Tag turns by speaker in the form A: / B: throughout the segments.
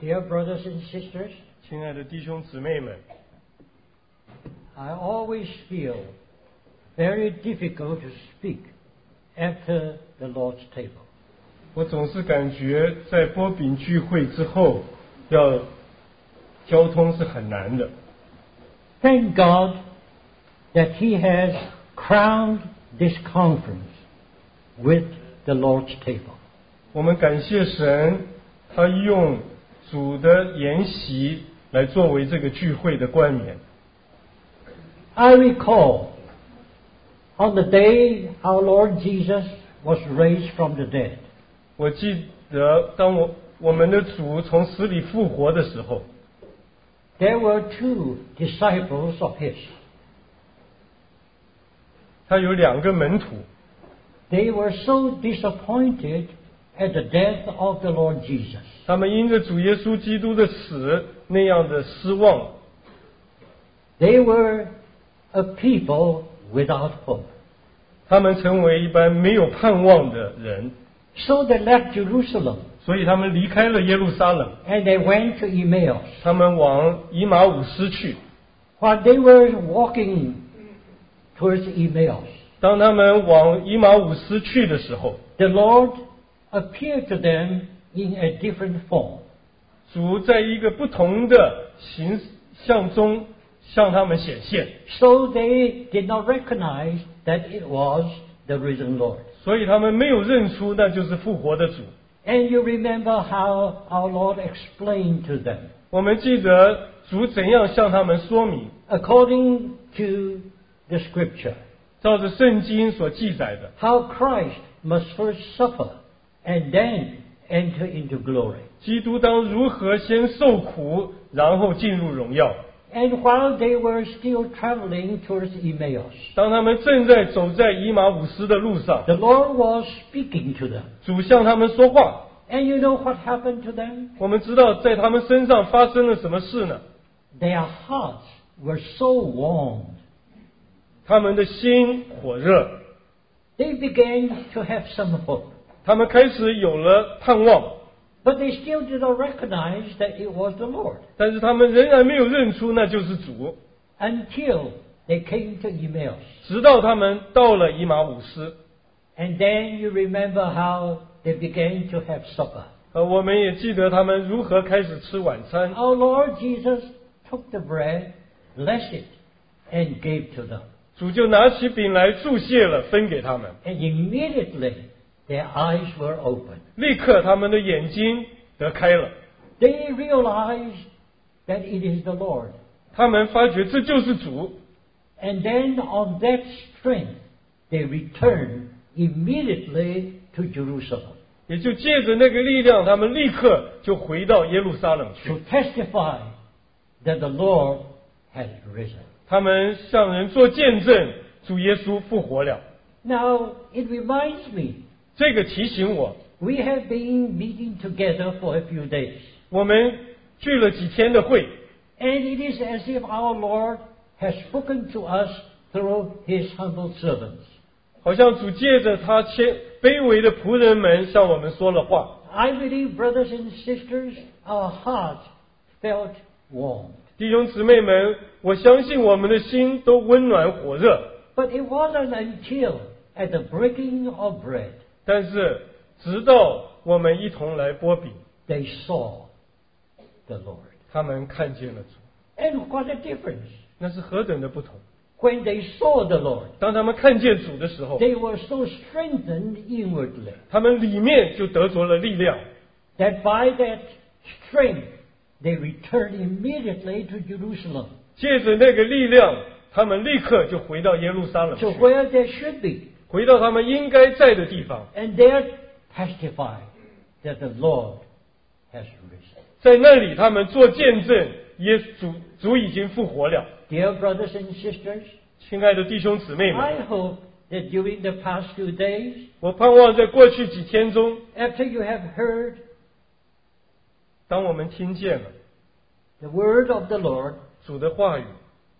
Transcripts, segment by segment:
A: Dear brothers and sisters,
B: 亲爱的弟兄姊妹们，
A: I always feel very difficult to speak after the Lord's table.
B: 我总是感觉在波饼聚会之后，要交通是很难的。
A: Thank God that He has crowned this conference with the Lord's table.
B: 我们感谢神，他用主的筵席来作为这个聚会的冠冕。
A: I recall on the day our Lord Jesus was raised from the dead,
B: 我记得，当我我们的主从死里复活的时候，
A: there were two disciples of His.
B: 他有两个门徒，
A: They were so disappointed at the death of the Lord Jesus.
B: 他们因着主耶稣基督的死那样的失望，
A: They were a people without hope.
B: 他们成为一般没有盼望的人，
A: So they left Jerusalem
B: 所以他们离开了耶路撒冷，
A: and they went to Emmaus.
B: 他们往以马忤斯去。
A: While they were walking towards Emmaus,
B: 当他们往以马忤斯去的时候，
A: the Lord appeared to them in a different form.
B: 主在一个不同的形象中向他们显现，
A: So they did not recognize that it was the risen Lord.
B: 所以他们没有认出那就是复活的主。
A: And you remember how our Lord explained to them.
B: 我们记得主怎样向他们说明，
A: according to the scripture,
B: 照着圣经所记载的，
A: how Christ must first suffer and then enter into glory.
B: 基督当如何先受苦，然后进入荣耀。
A: And while they were still traveling towards Emmaus,
B: 当他们正在走在以马忤斯的路上，
A: the Lord was speaking to them.
B: 主向他们说话。
A: And you know what happened to them?
B: 我们知道在他们身上发生了什么事呢？
A: Their hearts were so warmed.
B: 他们的心火热，
A: They began to have some hope.
B: 他们开始有了盼望，
A: But they still did not recognize that it was the Lord
B: 但是他们仍然没有认出那就是主，
A: until they came to Emmaus.
B: 直到他们到了以马忤斯。
A: And then you remember how they began to have supper.
B: 呃，我们也记得他们如何开始吃晚餐。
A: Our Lord Jesus took the bread, blessed it, and gave to them.
B: 主就拿起饼来注谢了，分给他们。
A: And immediately their eyes were opened.
B: 立刻他们的眼睛得开了，
A: They realized that it is the Lord.
B: 他们发觉这就是主。
A: And then on that strength, they returned immediately to Jerusalem
B: 也就借着那个力量，他们立刻就回到耶路撒冷去
A: to。testify that the Lord has risen.
B: 他们向人做见证，主耶稣复活了。
A: Now, it reminds me
B: 这个提醒我，
A: We have been meeting together for a few days,
B: 我们聚了几天的会，
A: and it is as if our Lord has spoken to us through His humble servants.
B: 好像主借着他谦卑微的仆人们向我们说了话。
A: I believe, brothers and sisters, our hearts felt warmed.
B: 弟兄姊妹们，我相信我们的心都温暖火热，
A: But it wasn't until at the breaking of bread
B: 但是直到我们一同来波比，
A: they saw the Lord.
B: 他们看见了主，
A: And what a difference!
B: 那是何等的不同！
A: When they saw the Lord,
B: 当他们看见主的时候，
A: they were so strengthened inwardly
B: 他们里面就得着了力量，
A: that by that strength they returned immediately to Jerusalem,
B: 借着那个力量，他们立刻就回到耶路撒冷去
A: to，where they should be,
B: 回到他们应该在的地方。
A: and there testify that the Lord has risen.
B: 在那里，他们做见证，耶主主已经复活了。
A: Dear brothers and sisters,
B: 亲爱的弟兄姊妹们，
A: I hope that during the past few days,
B: 我盼望在过去几天中，
A: after you have heard
B: 当我们听见了
A: the word of the Lord,
B: 主的话语，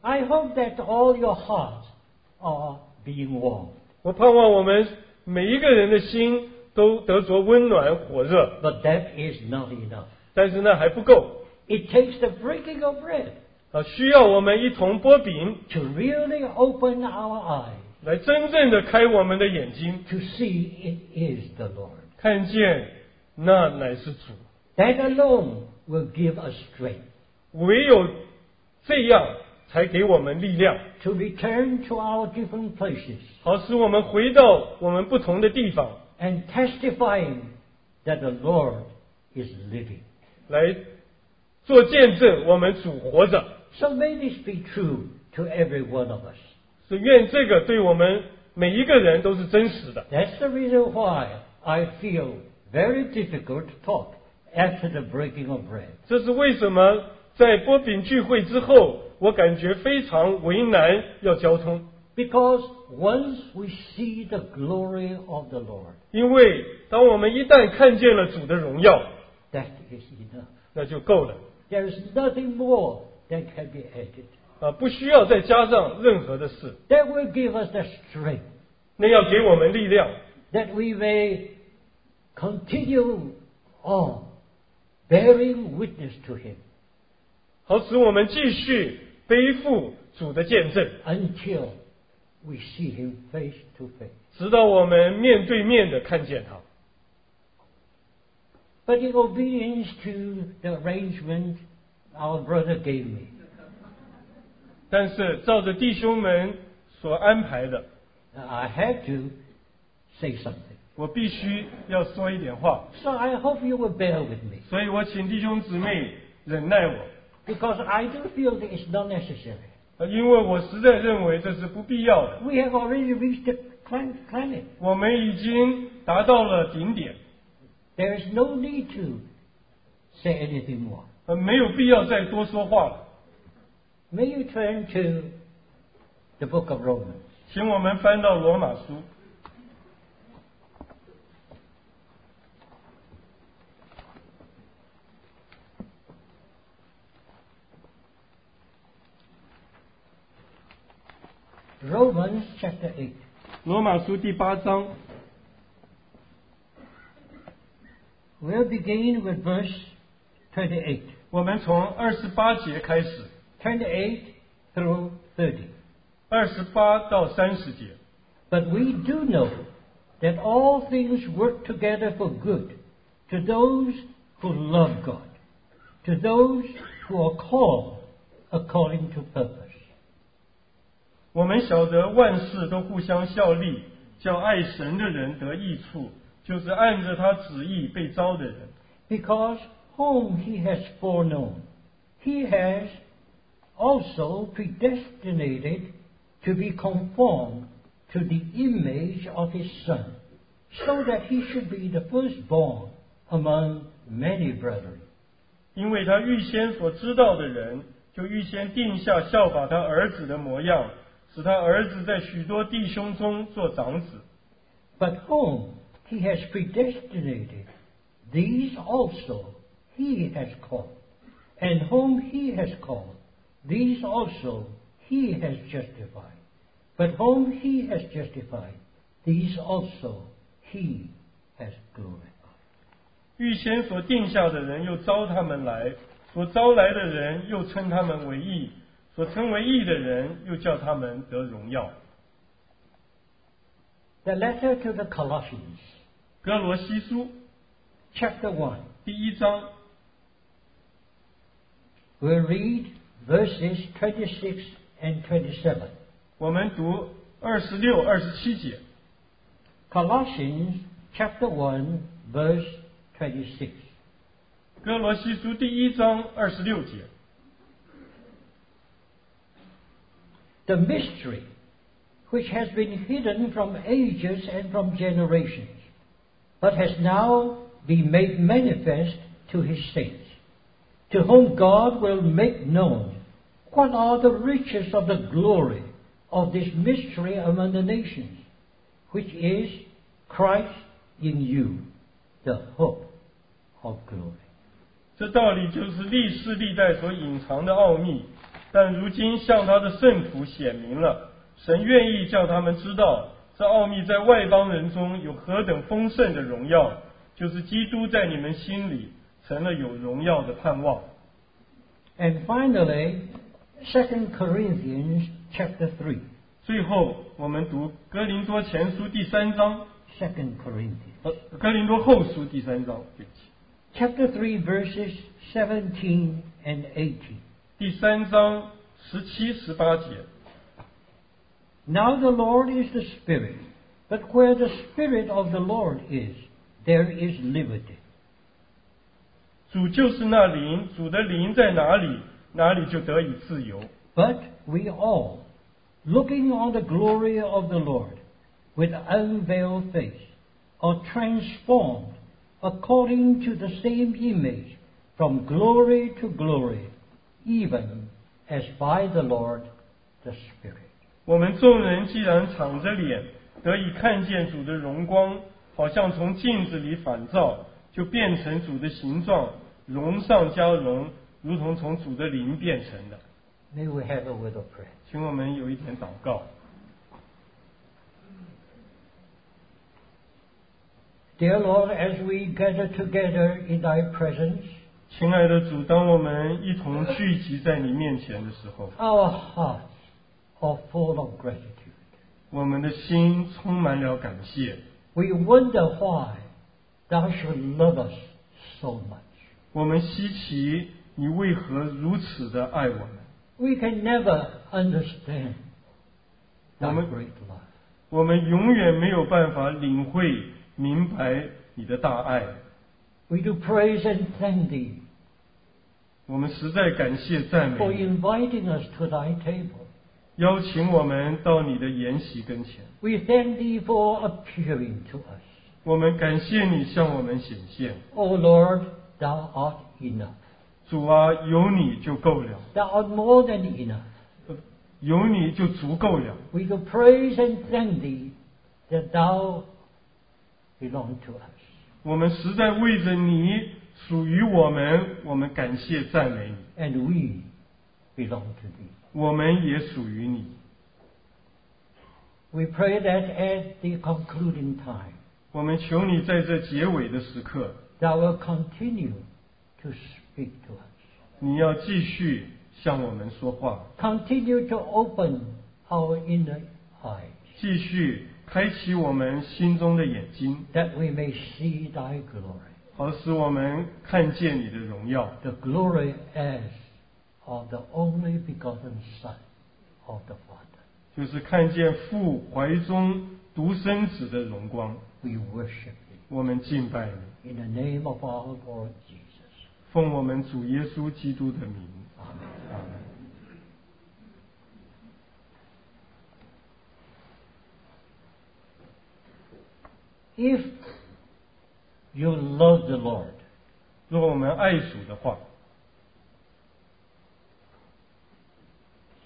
A: I hope that all your hearts are being warmed.
B: 我盼望我们每一个人的心都得着温暖火热。
A: But that is not enough.
B: 但是那还不够
A: It takes the breaking of bread
B: 啊，需要我们一同剥饼，
A: to really open our eyes
B: 来真正的开我们的眼睛，
A: to see it is the Lord.
B: 看见那乃是主。
A: That alone will give us strength
B: 唯有这样，才给我们力量，
A: to return to our different places
B: 好使我们回到我们不同的地方，
A: and testifying that the Lord is living.
B: 来做见证，我们主活着。
A: So may this be true to every one of us.
B: 是愿这个对我们每一个人都是真实的。
A: That's the reason why I feel very difficult to talk after the breaking of bread.
B: 这是为什么在波饼聚会之后，我感觉非常为难要交通，
A: Because once we see the glory of the Lord,
B: 因为当我们一旦看见了主的荣耀，
A: that is enough.
B: 那就够了
A: There is nothing more that can be added.
B: 啊，不需要再加上任何的事。
A: That will give us the strength
B: 那要给我们力量，
A: that we may continue on bearing witness to Him
B: 好使我们继续背负主的见证，
A: until we see Him face to face.
B: 直到我们面对面的看见他。
A: But in obedience to the arrangement our brother gave me,
B: 但是照着弟兄们所安排的，
A: I had to say something.
B: 我必须要说一点话。
A: So I hope you will bear with me
B: 所以我请弟兄姊妹忍耐我，
A: because I do feel that it's not necessary.
B: 呃因为我实在认为这是不必要的。
A: We have already reached the clim- climate.
B: 我们已经达到了顶点，
A: There is no need to say anything more.
B: 呃，没有必要再多说话了。
A: May you turn to the book of Romans.
B: 请我们翻到罗马书，
A: Romans chapter 8.
B: 罗马书第八章，
A: We'll begin with verse 28.
B: 我们从二十八节开始，
A: 28 through 30.
B: 二十八到三十节。
A: But we do know that all things work together for good to those who love God, to those who are called according to purpose.
B: 我们晓得万事都互相效力，叫爱神的人得益处，就是按着他旨意被招的人。
A: Because whom he has foreknown, he has also predestinated to be conformed to the image of his Son, so that he should be the firstborn among many brethren.
B: 因为他预先所知道的人，就预先定下效法他儿子的模样，使他儿子在许多弟兄中做长子。
A: But whom he has predestinated, these also he has called. And whom he has called, these also he has justified. But whom he has justified, these also he has glorified.
B: 预先所定下的人又招他们来，所招来的人又称他们为义，所称为义的人又叫他们得荣耀。
A: The letter to the Colossians,
B: 哥罗西书
A: chapter 1,
B: 第一章，
A: we'll read verses 26 and 27.
B: 我们读二十六、二十七节。
A: Colossians chapter 1, verse 26.
B: 哥罗西书第一章二十六节，
A: the mystery which has been hidden from ages and from generations, but has now been made manifest to his saints, to whom God will make known what are the riches of the glory of this mystery among the nations, which is Christ in you, the hope of glory.
B: 这道理就是历世历代所隐藏的奥秘，但如今向他的圣徒显明了。神愿意叫他们知道，这奥秘在外邦人中有何等丰盛的荣耀，就是基督在你们心里成了有荣耀的盼望。
A: And finally, 2 Corinthians chapter 3.
B: 最后，我们读哥林多前书第三章，
A: 2 Corinthians
B: 呃，哥林多后书第三章，对不起，
A: chapter 3 verses 17 and 18.
B: 第三章十七、十八节。
A: Now the Lord is the Spirit, but where the Spirit of the Lord is, there is liberty.
B: 主就是那灵，主的灵在哪里，哪里就得以自由。
A: But we all, looking on the glory of the Lord with unveiled face, are transformed according to the same image from glory to glory, even as by the Lord the Spirit.
B: 我们众人既然敞着脸得以看见主的荣光，好像从镜子里反照，就变成主的形状，荣上加荣，如同从主的灵变成的。
A: May we have a word of prayer.
B: 请我们有一点祷告，
A: Dear Lord, as we gather together in thy presence,
B: 亲爱的主，当我们一同聚集在你面前的时候，
A: our hearts are full of gratitude.
B: 我们的心充满了感谢，
A: We wonder why thou should love us so much.
B: 我们稀奇你为何如此的爱我们，
A: We can never understand thy
B: Woman-
A: great love.
B: 我们永远没有办法领会明白你的大爱。
A: We do praise and thank thee
B: 我们实在感谢赞
A: for
B: 美你，
A: inviting us to thy table.
B: 邀请我们到你的筵席跟前。
A: We thank thee for appearing to us.
B: 我们感谢你向我们显现，
A: O Lord, thou art enough.
B: 主啊，有你就够了，
A: Thou art more than enough.
B: 有你就足够了。
A: We do praise and thank thee that thou belong to us.
B: 我们实在为着你属于我们，我们感谢赞美你，
A: And we belong to thee.
B: 我们也属于你。
A: We pray that at the concluding time,
B: 我们求你在这结尾的时刻，
A: thou wilt continue to speak to us.
B: 你要继续向我们说话，
A: Continue to open our inner eyes
B: 继续开启我们心中的眼睛，
A: that we may see thy glory,
B: 好使我们看见你的荣耀。
A: the glory as of the only begotten Son of the Father.
B: 就是看见父怀中独生子的荣光。
A: We worship thee
B: 我们敬拜你，
A: in the name of our Lord Jesus.
B: 奉我们主耶稣基督的名。
A: If you love the Lord,
B: 若我们爱主的话，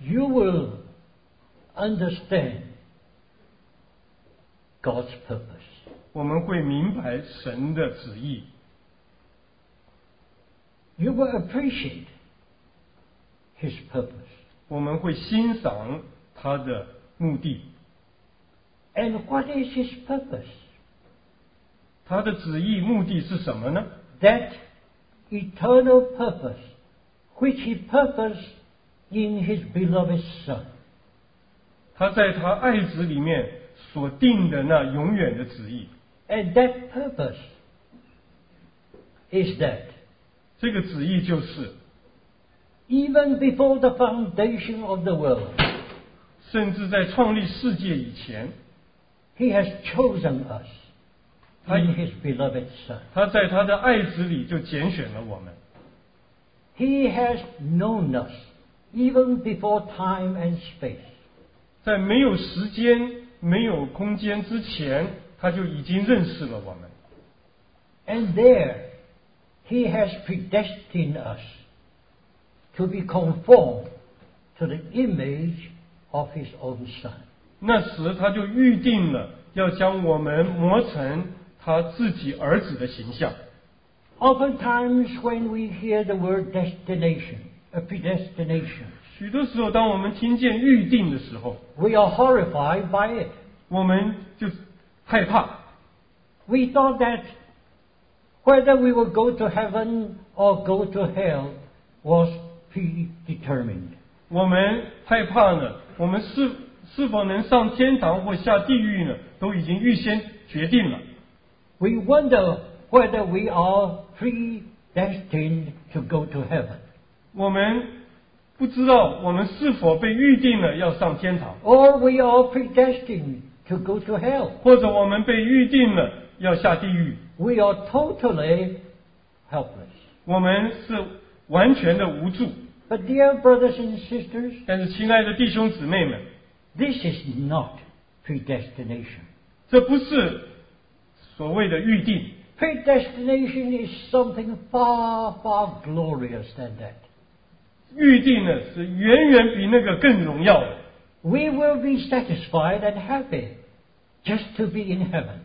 A: you will understand God's purpose.
B: 我们会明白神的旨意，
A: You will appreciate His purpose.
B: 我们会欣赏他的目的。
A: And what is His purpose?
B: 他的旨意目的是什么呢？
A: That eternal purpose which He purposed in His beloved Son.
B: 他在他爱子里面所定的那永远的旨意，
A: And that purpose is that
B: 这个旨意就是，
A: even before the foundation of the world,
B: 甚至在创立世界以前，
A: He has chosen us in His beloved Son.
B: 他在他的爱子里就拣选了我们。
A: He has known us even before time and space.
B: 在没有时间、没有空间之前，他就已经认识了我们。
A: And there, He has predestined us to be conformed to the image of His own Son.
B: 那时他就预定了要将我们磨成他自己儿子的形象。
A: Oftentimes, when we hear the word destination, a predestination,
B: 许多时候，当我们听见预定的时候，
A: we are horrified by it.
B: 我们就害怕。
A: We thought that Whether we will go to heaven or go to hell was predetermined.
B: 我们害怕呢，我们是是否能上天堂或下地狱呢，都已经预先决定了。
A: We wonder whether we are predestined to go to heaven
B: 我们不知道我们是否被预定了要上天堂，
A: or we are predestined to go to hell.
B: 或者我们被预定了要下地狱。
A: We are totally helpless.
B: 我们是完全的无助。
A: But dear brothers and sisters,
B: 但是，亲爱的弟兄姊妹们，
A: this is not predestination.
B: 这不是所谓的预定，
A: Predestination is something far, far glorious than that.
B: 预定呢是远远比那个更荣耀的。
A: We will be satisfied and happy just to be in heaven.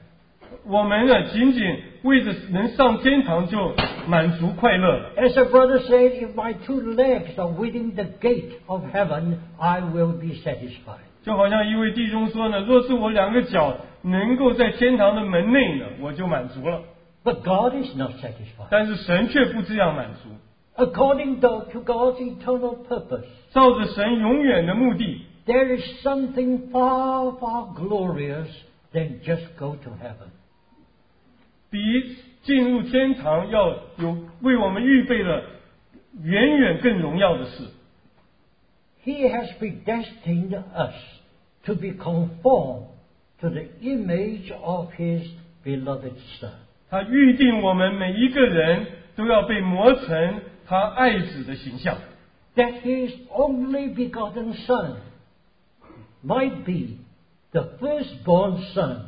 B: 我们呢，仅仅为着能上天堂就满足快乐了。
A: As a brother said, if my two legs are within the gate of heaven, I will be satisfied.
B: 就好像一位弟兄说呢，若是我两个脚能够在天堂的门内呢，我就满足了。
A: But God is not satisfied.
B: 但是神却不这样满足，
A: According though to God's eternal purpose,
B: 照着神永远的目的，
A: there is something far, far glorious than just go to heaven.
B: 比进入天堂要有为我们预备了远远更荣耀的事。
A: He has predestined us to be conformed to the image of His beloved Son.
B: 他预定我们每一个人都要被磨成他爱子的形象，
A: that his only begotten Son might be the firstborn Son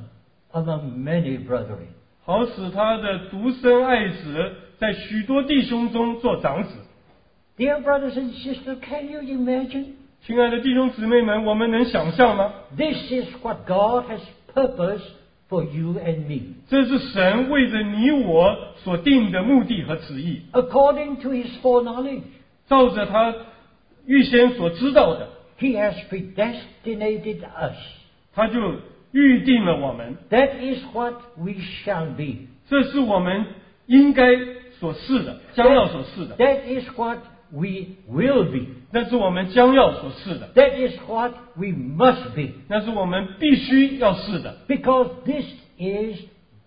A: among many brethren.
B: 好使他的独生爱子在许多弟兄中做长子。
A: Dear brothers and sisters, can you imagine?
B: 亲爱的弟兄姊妹们，我们能想象吗？
A: This is what God has purposed for you and me.
B: 这是神为着你我所定的目的和旨意，
A: According to his foreknowledge,
B: 照着他预先所知道的，
A: he has predestinated us.
B: 他就预定了我们，
A: That is what we shall be.
B: 这是我们应该所是的，将要所是的，
A: That is what we will be.
B: 那是我们将要所是的，
A: That is what we must be.
B: 那是我们必须要是的，
A: Because this is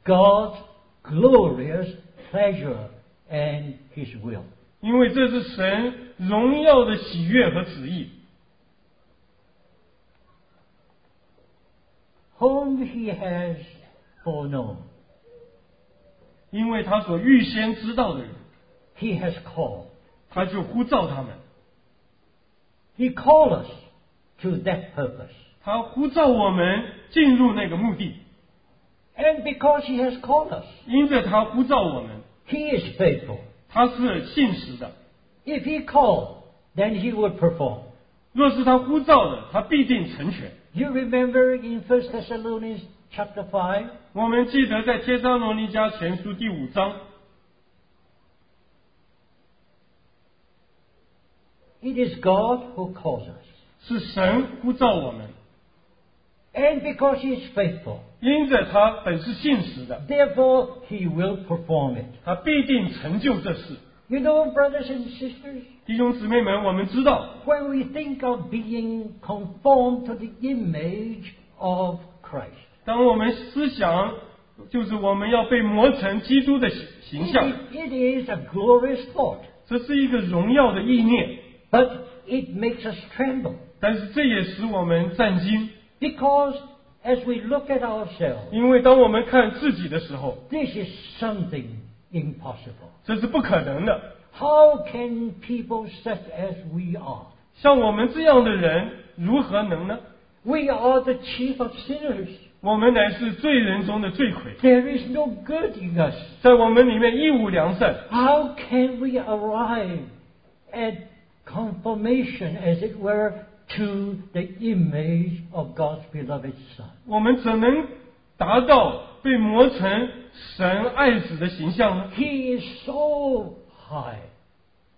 A: God's glorious pleasure and His will.
B: 因为这是神荣耀的喜悦和旨意。
A: Whom He has foreknown,
B: 因为他所预先知道的人，
A: He has called.
B: 他就呼召他们，
A: He called us to that purpose.
B: 他呼召我们进入那个目的。
A: And because He has called us,
B: 因着他呼召我们，
A: He is faithful.
B: 他是信实的。
A: If He called, then He will perform.
B: 若是他呼召的，他必定成全。
A: You remember in 1 Thessalonians chapter 5,
B: 我们记得在《帖撒罗尼迦前书》第五章，
A: it is God who calls us.
B: 是神呼召我们，
A: And because He is faithful,
B: 因着他本是信实的，
A: therefore He will perform it.
B: 他必定成就这事。
A: You know, brothers and sisters,
B: 弟兄姊妹们，我们知道，
A: when we think of being conformed to the image of Christ,
B: 当我们思想，就是我们要被磨成基督的形形象，
A: it, it is a glorious thought,
B: 这是一个荣耀的意念，
A: but it makes us tremble
B: 但是这也使我们战惊，
A: because as we look at ourselves,
B: 因为当我们看自己的时候，
A: this is something impossible.
B: 这是不可能的。
A: How can people such as we are?
B: 像我们这样的人，如何能呢？
A: We are the chief of sinners.
B: 我们乃是罪人中的罪魁，
A: There is no good in us.
B: 在我们里面一无良善，
A: How can we arrive at conformation, as it were, to the image of God's beloved Son?
B: 我们怎能达到被磨成神爱子的形象呢？
A: He is so high.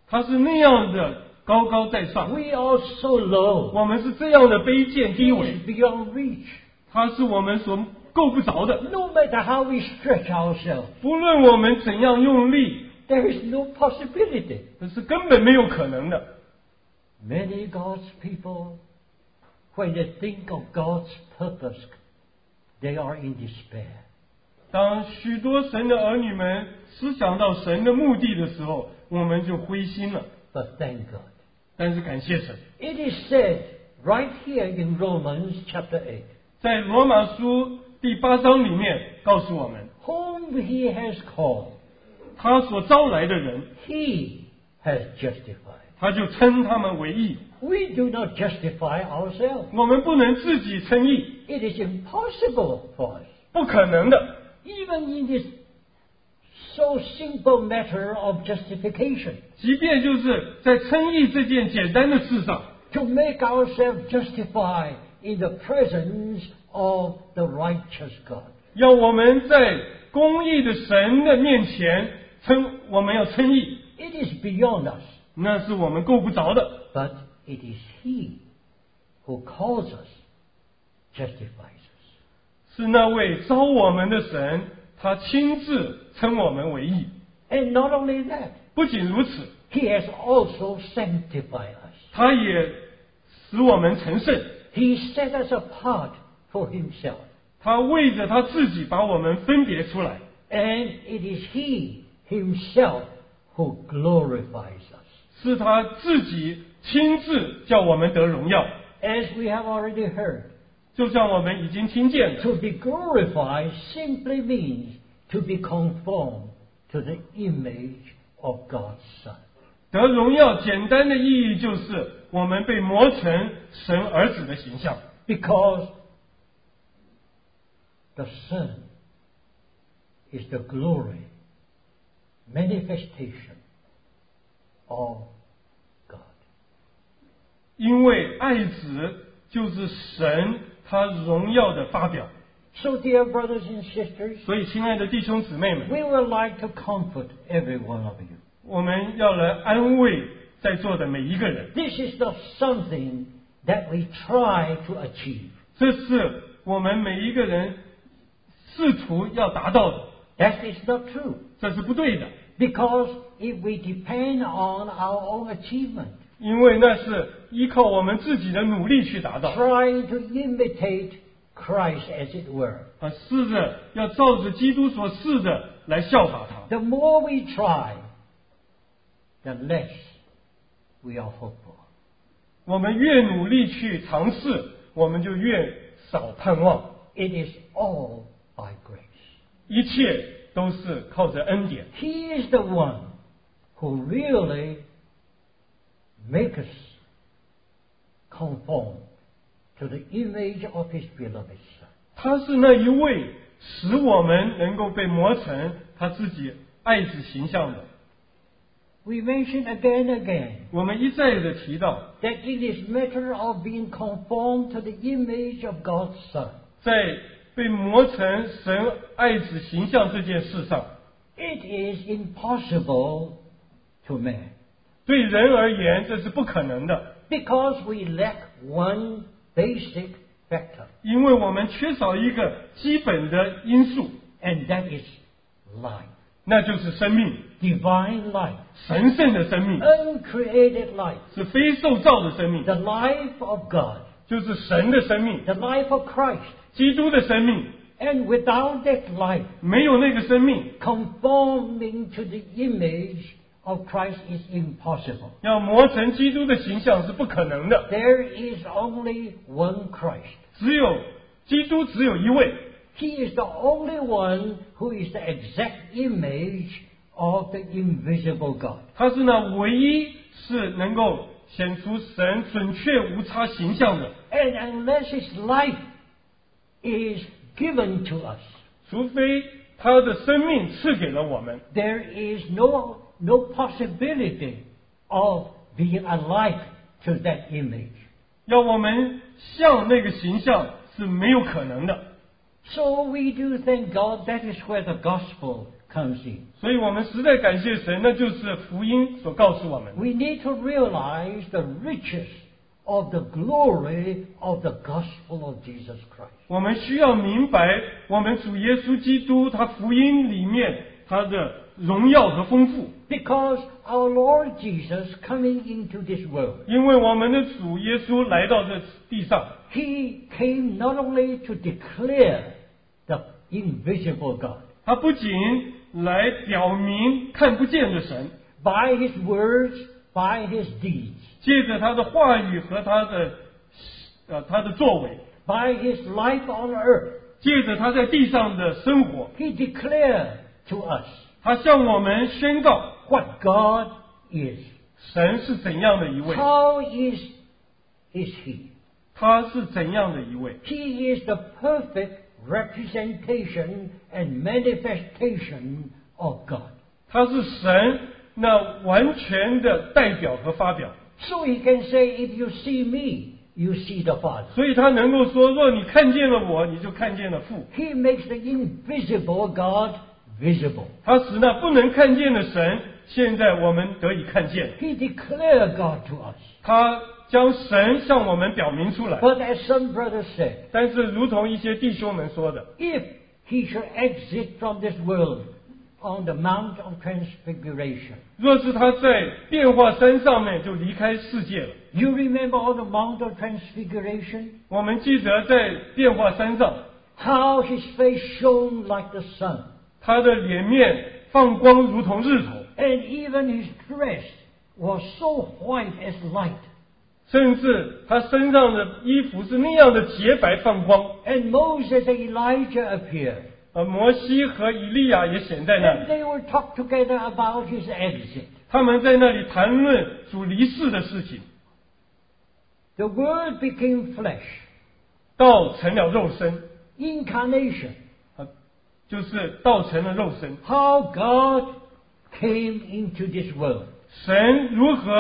B: 他是那样的高高在上，
A: We are so low.
B: 我们是这样的卑贱
A: He
B: 低微，
A: is beyond reach.
B: 他是我们所够不着的。
A: No matter how we stretch ourselves,
B: 不论我们怎样用力，
A: there is no possibility.
B: 这是根本没有可能的。
A: Many God's people, when they think of God's purpose, they are in despair.
B: 当许多神的儿女们思想到神的目的的时候，我们就灰心了。
A: But thank God.
B: 但是感谢神，
A: It is said right here in Romans chapter 8
B: 在罗马书第八章里面告诉我们，
A: Whom he has called,
B: 他所招来的人，
A: he has justified.
B: 他就称他们为义。
A: We do not justify ourselves.
B: 我们不能自己称义，
A: It is impossible for us.
B: 不可能的。
A: Even in this so simple matter of justification,
B: 即便就是在称义这件简单的事上，
A: to make ourselves justified in the presence of the righteous God.
B: 要我们在公义的神的面前称，我们要称义，
A: It is beyond us,
B: 那是我们够不着的。
A: but it is He who calls us, justifies us.
B: 是那位招我们的神，他亲自称我们为义。
A: And not only that,
B: 不仅如此，
A: He has also sanctified us.
B: 他也使我们成圣，
A: He set us apart for Himself.
B: 他为着他自己把我们分别出来，
A: And it is He Himself who glorifies us.
B: 是他自己亲自叫我们得荣耀。
A: As we have already heard,
B: 就像我们已经听见的，
A: to be glorified simply means to be conformed to the image of God's Son.
B: 得荣耀简单的意义就是我们被磨成神儿子的形象，
A: Because the Son is the glory, manifestation of God.
B: 因为爱子就是神他荣耀的发表。
A: So, dear brothers and sisters,
B: 所以，亲爱的弟兄姊妹们，
A: we would like to comfort every one of you.
B: 我们要来安慰在座的每一个人，
A: This is not something that we try to achieve.
B: 这是我们每一个人试图要达到的，
A: That is not true.
B: 这是不对的，
A: Because if we depend on our own achievement,
B: 因为那是依靠我们自己的努力去达到。
A: trying to imitate Christ, as it were,
B: 啊，试着要照着基督所示的来效法他。
A: the more we try, the less we are hopeful.
B: 我们越努力去尝试，我们就越少盼望。
A: It is all by grace.
B: 一切都是靠着恩典，
A: He is the one who really makes us conform to the image of His beloved Son.
B: 他是那一位使我们能够被磨成他自己爱子形象的。
A: We mention again and again
B: 我们一再的提到，
A: that it is matter of being conformed to the image of God's Son.
B: 在被磨成神爱子形象这件事上，
A: It is impossible to man
B: 对人而言这是不可能的，
A: because we lack one basic factor,
B: 因为我们缺少一个基本的因素，
A: and that is life,
B: 那就是生命，
A: divine life,
B: 神圣的生命，
A: uncreated life,
B: 是非受造的生命，
A: the life of God,
B: 就是神的生命，
A: the life of Christ.
B: 基督的生命。
A: And without that life,
B: 没有那个生命，
A: conforming to the image of Christ is impossible.
B: 要磨成基督的形象是不可能的。
A: There is only one Christ.
B: 只有基督只有一位，
A: He is the only one who is the exact image of the invisible God.
B: 他是那唯一是能够显出神准确无差形象的。
A: And unless his life is given to us,
B: 除非他的生命赐给了我们，
A: there is no, no possibility of being alike to that image.
B: 要我们像那个形象是没有可能的。
A: So we do thank God that is where the gospel comes in.
B: 所以我们实在感谢神，那就是福音所告诉我们的。
A: We need to realize the riches of the glory of the gospel of Jesus Christ.
B: 我们需要明白，我们主耶稣基督他福音里面他的荣耀和丰富，
A: Because our Lord Jesus coming into this world,
B: 因为我们的主耶稣来到这地上，
A: he came not only to declare the invisible God
B: 他不仅来表明看不见的神，
A: by his words, by his deeds,
B: 借着他的话语和他的呃他的作为，
A: by his life on earth.
B: 借着他在地上的生活，
A: He declared to us
B: 他向我们宣告
A: what God is.
B: 神是怎样的一位，
A: How is is he?
B: 他是怎样的一位，
A: He is the perfect representation and manifestation of God.
B: 他是神那完全的代表和发表。
A: So he can say, if you see me, you see the Father.
B: 所以他能够说：若你看见了我，你就看见了父。
A: He makes the invisible God visible.
B: 他使那不能看见的神，现在我们得以看见。
A: He declared God to us.
B: 他将神向我们表明出来。
A: But as some brothers said,
B: 但是，如同一些弟兄们说的，
A: if he should exit from this world on the Mount of Transfiguration,
B: 若是他在变化山上面就离开世界了。
A: you remember on the Mount of Transfiguration
B: 我们记得在变化山上，
A: how his face shone like the sun,
B: 他的脸面放光如同日头，
A: and even his dress was so white as light.
B: 甚至他身上的衣服是那样的洁白放光。
A: And Moses and Elijah appeared.
B: 呃，摩西和以利亚也显在那里
A: And。they will talk together about his exit.
B: 他们在那里谈论主离世的事情，
A: The Word became flesh,
B: 道成了肉身，
A: incarnation,
B: 啊，就是道成了肉身。
A: how God came into this world
B: 神如何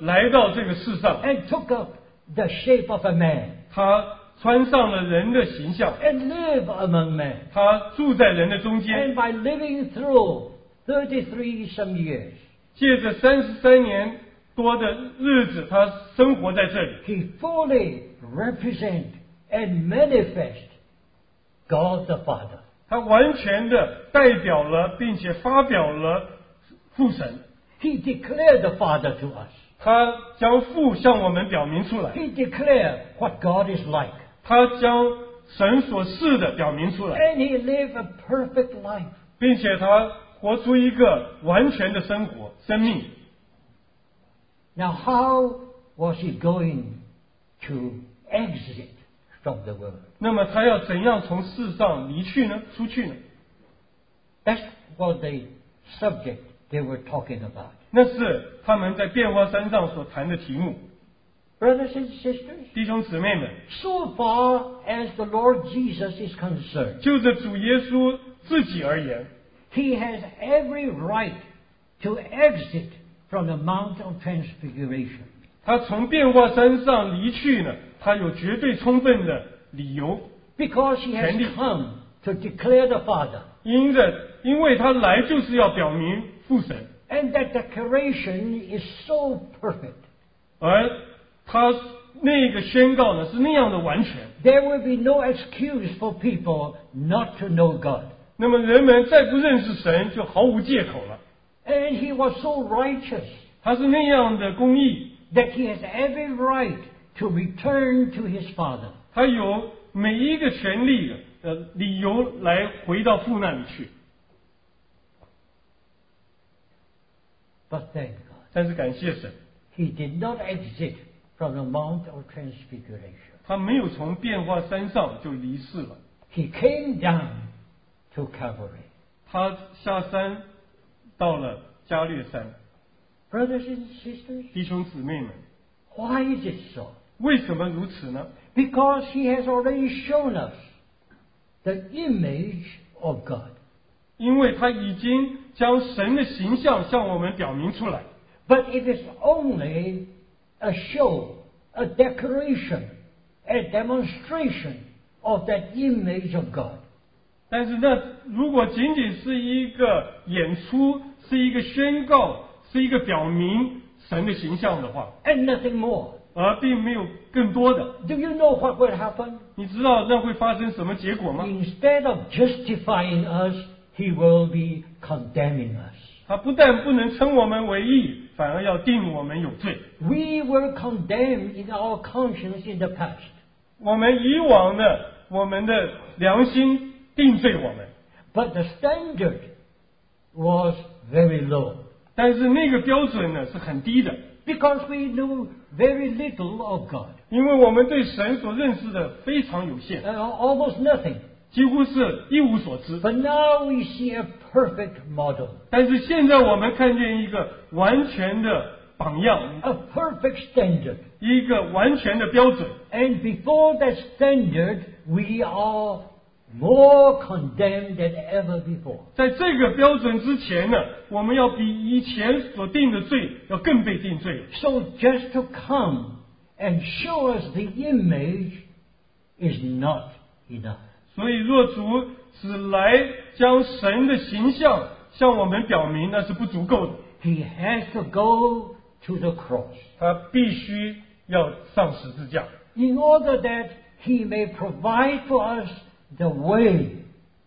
B: 来到这个世上？
A: and took up the shape of a man
B: 他穿上了人的形象，
A: and lived among men.
B: 他住在人的中
A: And
B: 间，
A: by living through 33 some years,
B: 借着三十三年多的日子，他生活在这里，
A: he fully represent and manifest God the Father.
B: 他完全的代表了，并且发表了父神。
A: He declared the Father to us.
B: 他将父向我们表明出来，
A: He declared what God is like.
B: 他将神所示的表明出来。
A: And he lived a perfect life.
B: 并且他活出一个完全的生活生命。
A: Now, how was he going to exit from the world?
B: 那么他要怎样从世上离去呢？出去呢？
A: That's what the subject they were talking about.
B: 那是他们在变化山上所谈的题目。
A: Brothers and sisters,
B: 弟兄姊妹们，
A: so far as the Lord Jesus is concerned,
B: 就着主耶稣自己而言，
A: he has every right to exit from the Mount of Transfiguration.
B: 他从变化山上离去呢，他有绝对充分的理由，
A: Because he has
B: Can he-
A: come to declare the Father.
B: 因着因为他来就是要表明父神，
A: And that declaration is so perfect.
B: 而他那个宣告呢是那样的完全。
A: There will be no excuse for people not to know God.
B: 那么人们再不认识神，就毫无借口了。
A: And he was so righteous
B: 他是那样的公义，
A: that he has every right to return to his Father.
B: 他有每一个权利呃理由来回到父那里去。
A: But thank God,
B: 但是感谢神，
A: he did not exit from the Mount of Transfiguration.
B: 他没有从变化山上就离世了，
A: He came down to Calvary.
B: 他下山到了加略山。
A: Brothers and sisters,
B: 弟兄姊妹们，
A: why is it so?
B: 为什么如此呢？
A: Because he has already shown us the image of God.
B: 因为他已经将神的形象向我们表明出来。
A: But it is only a show, a decoration, a demonstration of that image of God.
B: 但是那如果仅仅是一个演出，是一个宣告，是一个表明神的形象的话，
A: And nothing more.
B: 而并没有更多的。
A: Do you know what will happen?
B: 你知道那会发生什么结果吗？
A: Instead of justifying us, he will be condemning us.
B: 他不但不能称我们为义，反而要定我们有罪。
A: We were condemned in our conscience in the past,
B: 我们以往的我们的良心定罪我们，
A: but the standard was very low
B: 但是那个标准呢是很低的，
A: because we knew very little of God,
B: 因为我们对神所认识的非常有限
A: uh,，almost nothing.
B: 几乎是一无所知。
A: But now we see a perfect model,
B: 但是现在我们看见一个完全的榜样，
A: a perfect standard.
B: 一个完全的标准，
A: And before that standard, we are more condemned than ever before.
B: 在这个标准之前呢，我们要比以前所定的罪要更被定罪。
A: So just to come and show us the image is not enough.
B: 所以若主只来将神的形象向我们表明，那是不足够的，
A: He has to go to the cross
B: 他必须要上十字架，
A: in order that he may provide for us the way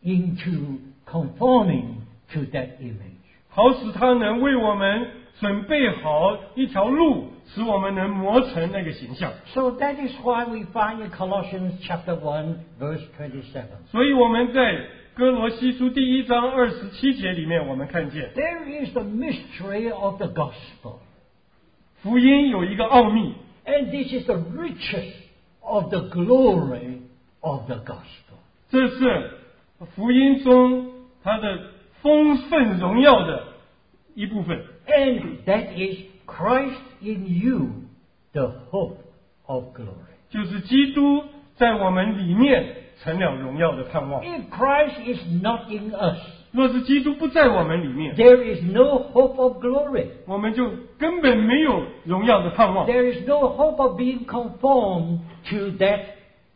A: into conforming to that image.
B: 好使他能为我们准备好一条路，使我们能磨成那个形象。
A: So that is why we find in Colossians chapter 1 verse 27.
B: 所以我们在哥罗西书第一章二十七节里面，我们看见
A: There is the mystery of the gospel.
B: 福音有一个奥秘，
A: And this is the riches of the glory of the gospel.
B: 这是福音中它的丰盛荣耀的一部分。
A: And that is Christ in you, the hope of glory.
B: 就是基督在我们里面成了荣耀的盼望。
A: If Christ is not in us,
B: 若是基督不在我们里面，
A: there is no hope of glory.
B: 我们就根本没有荣耀的盼望，
A: There is no hope of being conformed to that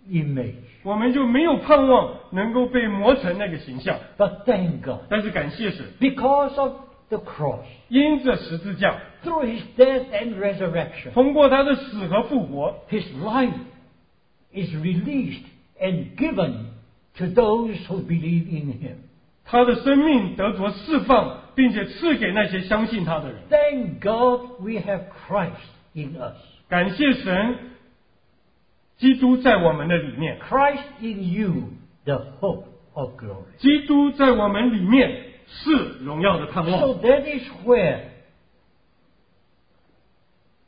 A: image.
B: 我们就没有盼望能够被磨成那个形象。
A: But thank God,
B: 但是感谢神，
A: because of the cross,
B: 因着十字架，
A: through his death and resurrection,
B: 通过他的死和复活，
A: His life is released and given to those who believe in Him.
B: 他的生命得着释放，并且赐给那些相信他的人。
A: Thank God we have Christ in us.
B: 感谢神，基督在我们的里面，
A: Christ in you, the hope of glory.
B: 基督在我们里面是荣耀的盼望。
A: So that is where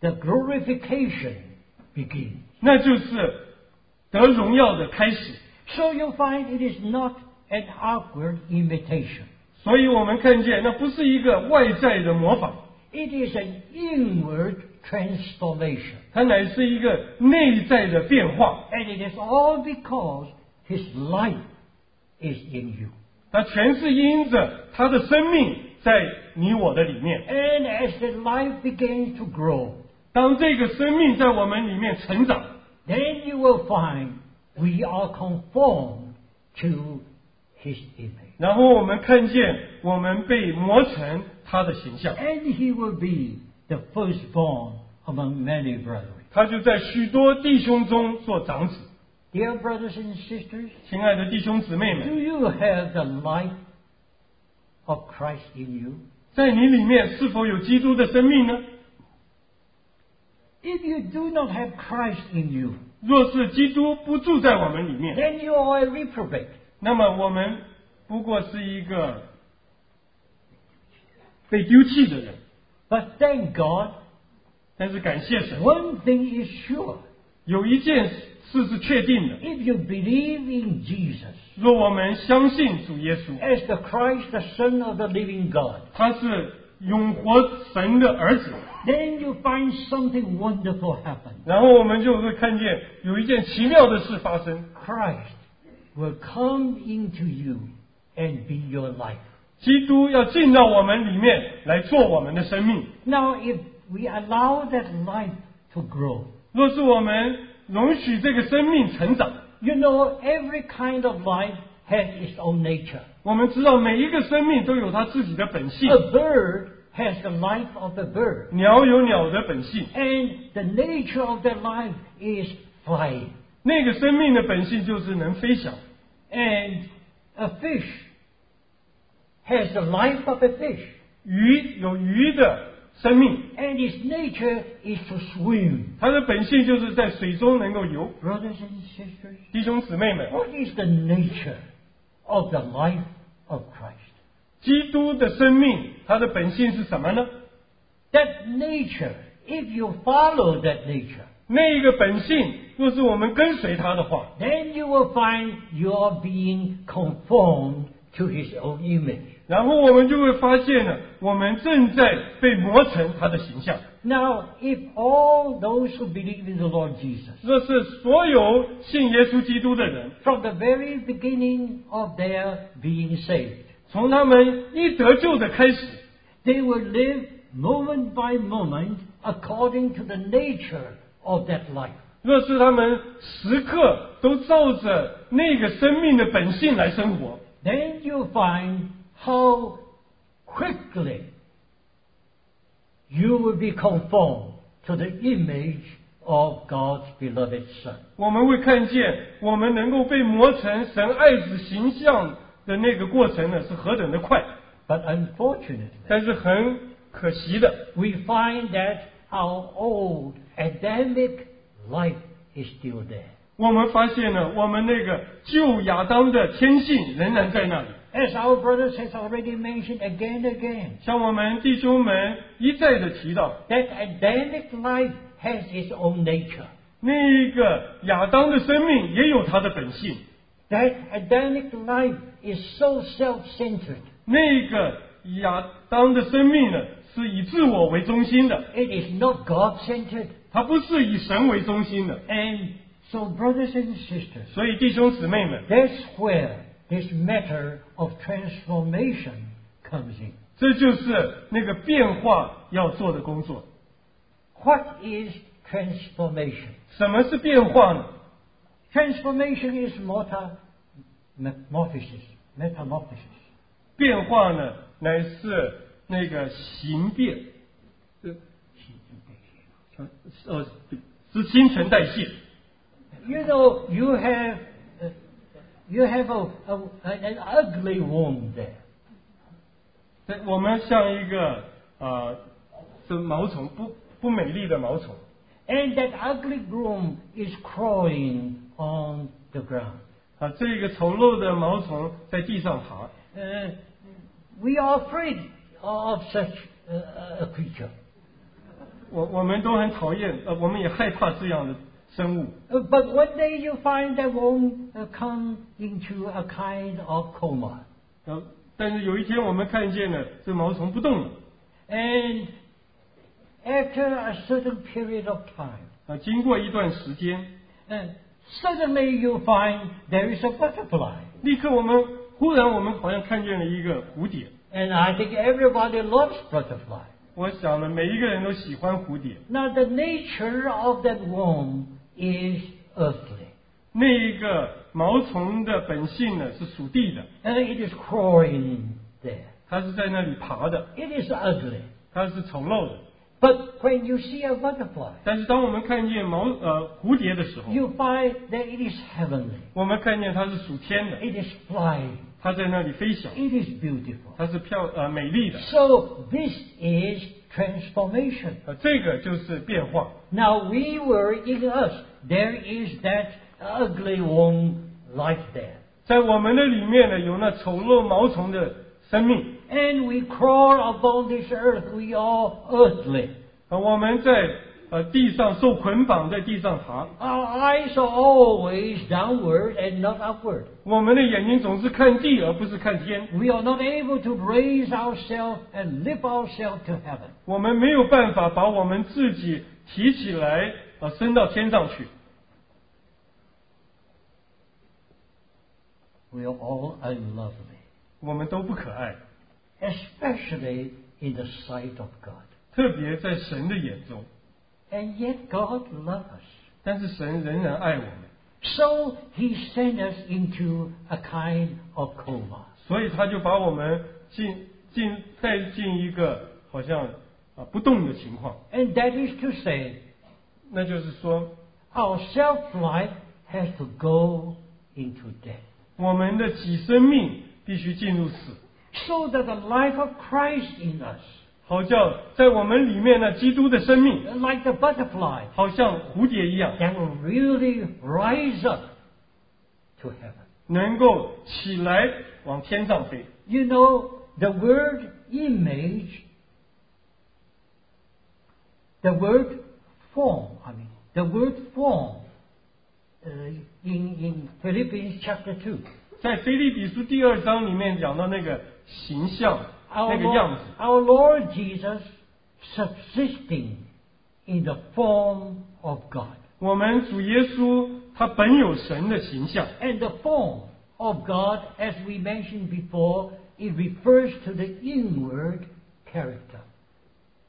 A: the glorification begins.
B: 那就是得荣耀的开始。
A: So you find it is not an outward imitation.
B: 所以我们看见，那不是一个外在的模仿，
A: It is an inward transformation.
B: 它乃是一个内在的变化。
A: And it is all because his life is in you.
B: 它全是因着他的生命在你我的里面。
A: And as the life begins to grow,
B: 当这个生命在我们里面成长，
A: then you will find we are conformed to his image.
B: 然后我们看见我们被磨成他的形象，
A: And he will be the firstborn among many brethren.
B: 他就在许多弟兄中做长子。
A: Dear brothers and sisters,
B: 亲爱的弟兄姊妹
A: do
B: 们，
A: you have the life of Christ in you?
B: 在你里面是否有基督的生命呢？
A: If you do not have Christ in you,
B: 若是基督不住在我们里面，
A: then you are a reprobate.
B: 那么我们不过是一个被丢弃的人。
A: But thank God,
B: 但是感谢神，
A: one thing is sure.
B: 有一件事是确定的：
A: If you believe in Jesus
B: 若我们相信主耶稣，
A: as the Christ, the Son of the living God,
B: 他是永活神的儿子，
A: then you find something wonderful happen.
B: 然后我们就会看见有一件奇妙的事发生：
A: Christ will come into you and be your life.
B: 基督要进到我们里面来做我们的生命。
A: Now, if we allow that life to grow,
B: 若是我们容许这个生命成长，
A: you know, every kind of life has its own nature. 嗯
B: 我们知道每一个生命都有它自己的本性。
A: A bird has the life of a bird,
B: 鸟有鸟的本性，
A: and the nature of their life is flying.
B: 那个生命的本性就是能飞翔。
A: And a fish has the life of a fish,
B: 鱼有鱼的生命，
A: and its nature is to swim.
B: 它的本性就是在水中能够游。
A: Brothers and sisters,
B: 弟兄姊妹们，
A: what is the nature of the life of Christ?
B: 基督的生命，它的本性是什么呢？
A: That nature, if you follow that nature,
B: 那一个本性，若是我们跟随他的话，
A: then you will find you are being conformed to his own image.
B: 然后我们就会发现呢，我们正在被磨成他的形象。
A: Now, if all those who believe in the Lord Jesus,
B: 这是所有信耶稣基督的人，
A: from the very beginning of their being saved,
B: 从他们一得救的开始，
A: they will live moment by moment according to the nature of that life.
B: 若是他们时刻都照着那个生命的本性来生活，
A: Then you'll find how quickly you will be conformed to the image of God's beloved Son.
B: 我们会看见我们能够被磨成神爱子形象的那个过程呢，是何等的快。
A: But unfortunately,
B: 但是很可惜的，
A: we find that our old Adamic life is still there.
B: 我们发现呢，我们那个旧亚当的天性仍然在那里。
A: As our brothers has already mentioned again and again,
B: 像我们弟兄们一再的提到，
A: that Adamic life has its own nature.
B: 那个亚当的生命也有他的本性，
A: That Adamic life is so self-centered.
B: 那个亚当的生命呢，是以自我为中心的，
A: It is not God-centered.
B: 它不是以神为中心的。
A: And so, brothers and sisters,
B: 所以弟兄姊妹们，
A: that's where this matter of transformation comes in.
B: 这就是那个变化要做的工作。
A: What is transformation?
B: 什么是变化呢？
A: Transformation is metamorphosis. Metamorphosis.
B: 变化呢，乃是那个形变，呃，呃，是新陈代谢。
A: You know, you have uh, you have a, a, an ugly womb there.
B: 对我们像一个啊，是毛虫，不不美丽的毛虫。
A: And that ugly groom is crawling on the ground.
B: 啊，这个丑陋的毛虫在地上爬，
A: Uh, we are afraid of such uh, a creature.
B: 我我们都很讨厌，呃，我们也害怕这样的生物。
A: Uh, But one day you find that womb uh, come into a kind of coma.
B: 呃，但是有一天我们看见了这毛虫不动了，
A: And after a certain period of time,
B: 啊，经过一段时间，
A: uh, suddenly you find there is a butterfly.
B: 立刻我们忽然我们好像看见了一个蝴蝶。
A: And I think everybody loves butterfly.
B: 我想了，每一个人都喜欢蝴蝶。
A: Now the nature of that womb is earthly.
B: 那一个毛虫的本性呢是属地的，
A: And it is crawling there.
B: 它是在那里爬的，
A: It is ugly.
B: 它是丑陋的。
A: But when you see a butterfly,
B: 但是当我们看见毛呃蝴蝶的时候，
A: you find that it is heavenly.
B: 我们看见它是属天的，
A: It is flying.
B: 它在那里飞翔，
A: It is beautiful.
B: 它是漂呃美丽的。
A: So this is transformation.
B: 呃，这个就是变化。
A: Now we were in us. There is that ugly womb life there.
B: 在我们的里面呢，有那丑陋毛虫的生命。
A: And we crawl upon this earth. We are earthly.
B: 呃，我们在呃地上受捆绑，在地上爬，
A: Our eyes are always downward and not upward.
B: 我们的眼睛总是看地而不是看天，
A: We are not able to raise ourselves and lift ourselves to heaven.
B: 我们没有办法把我们自己提起来，呃，升到天上去。
A: We are all unlovely,
B: 我们都不可爱，
A: especially in the sight of God.
B: 特别在神的眼中，
A: And yet God loves us.
B: 但是神仍然爱我们，
A: So he sent us into a kind of coma.
B: 所以他就把我们进进带进一个好像啊不动的情况。
A: And that is to say,
B: 那就是说，
A: our self-life has to go into death.
B: 我们的己生命必须进入死，
A: So that the life of Christ in us,
B: 好叫在我们里面呢，基督的生命
A: like the butterfly,
B: 好像蝴蝶一样，
A: can really rise up to heaven.
B: 能够起来往天上飞。
A: You know, the word image, the word form, I mean, the word form uh, in, in Philippians chapter 2.
B: 在腓立比书第二章里面讲到那个形象，
A: Our
B: 那个
A: Lord,
B: 样子，
A: our Lord Jesus subsisting in the form of God.
B: 我们主耶稣他本有神的形象，
A: And the form of God, as we mentioned before, it refers to the inward character.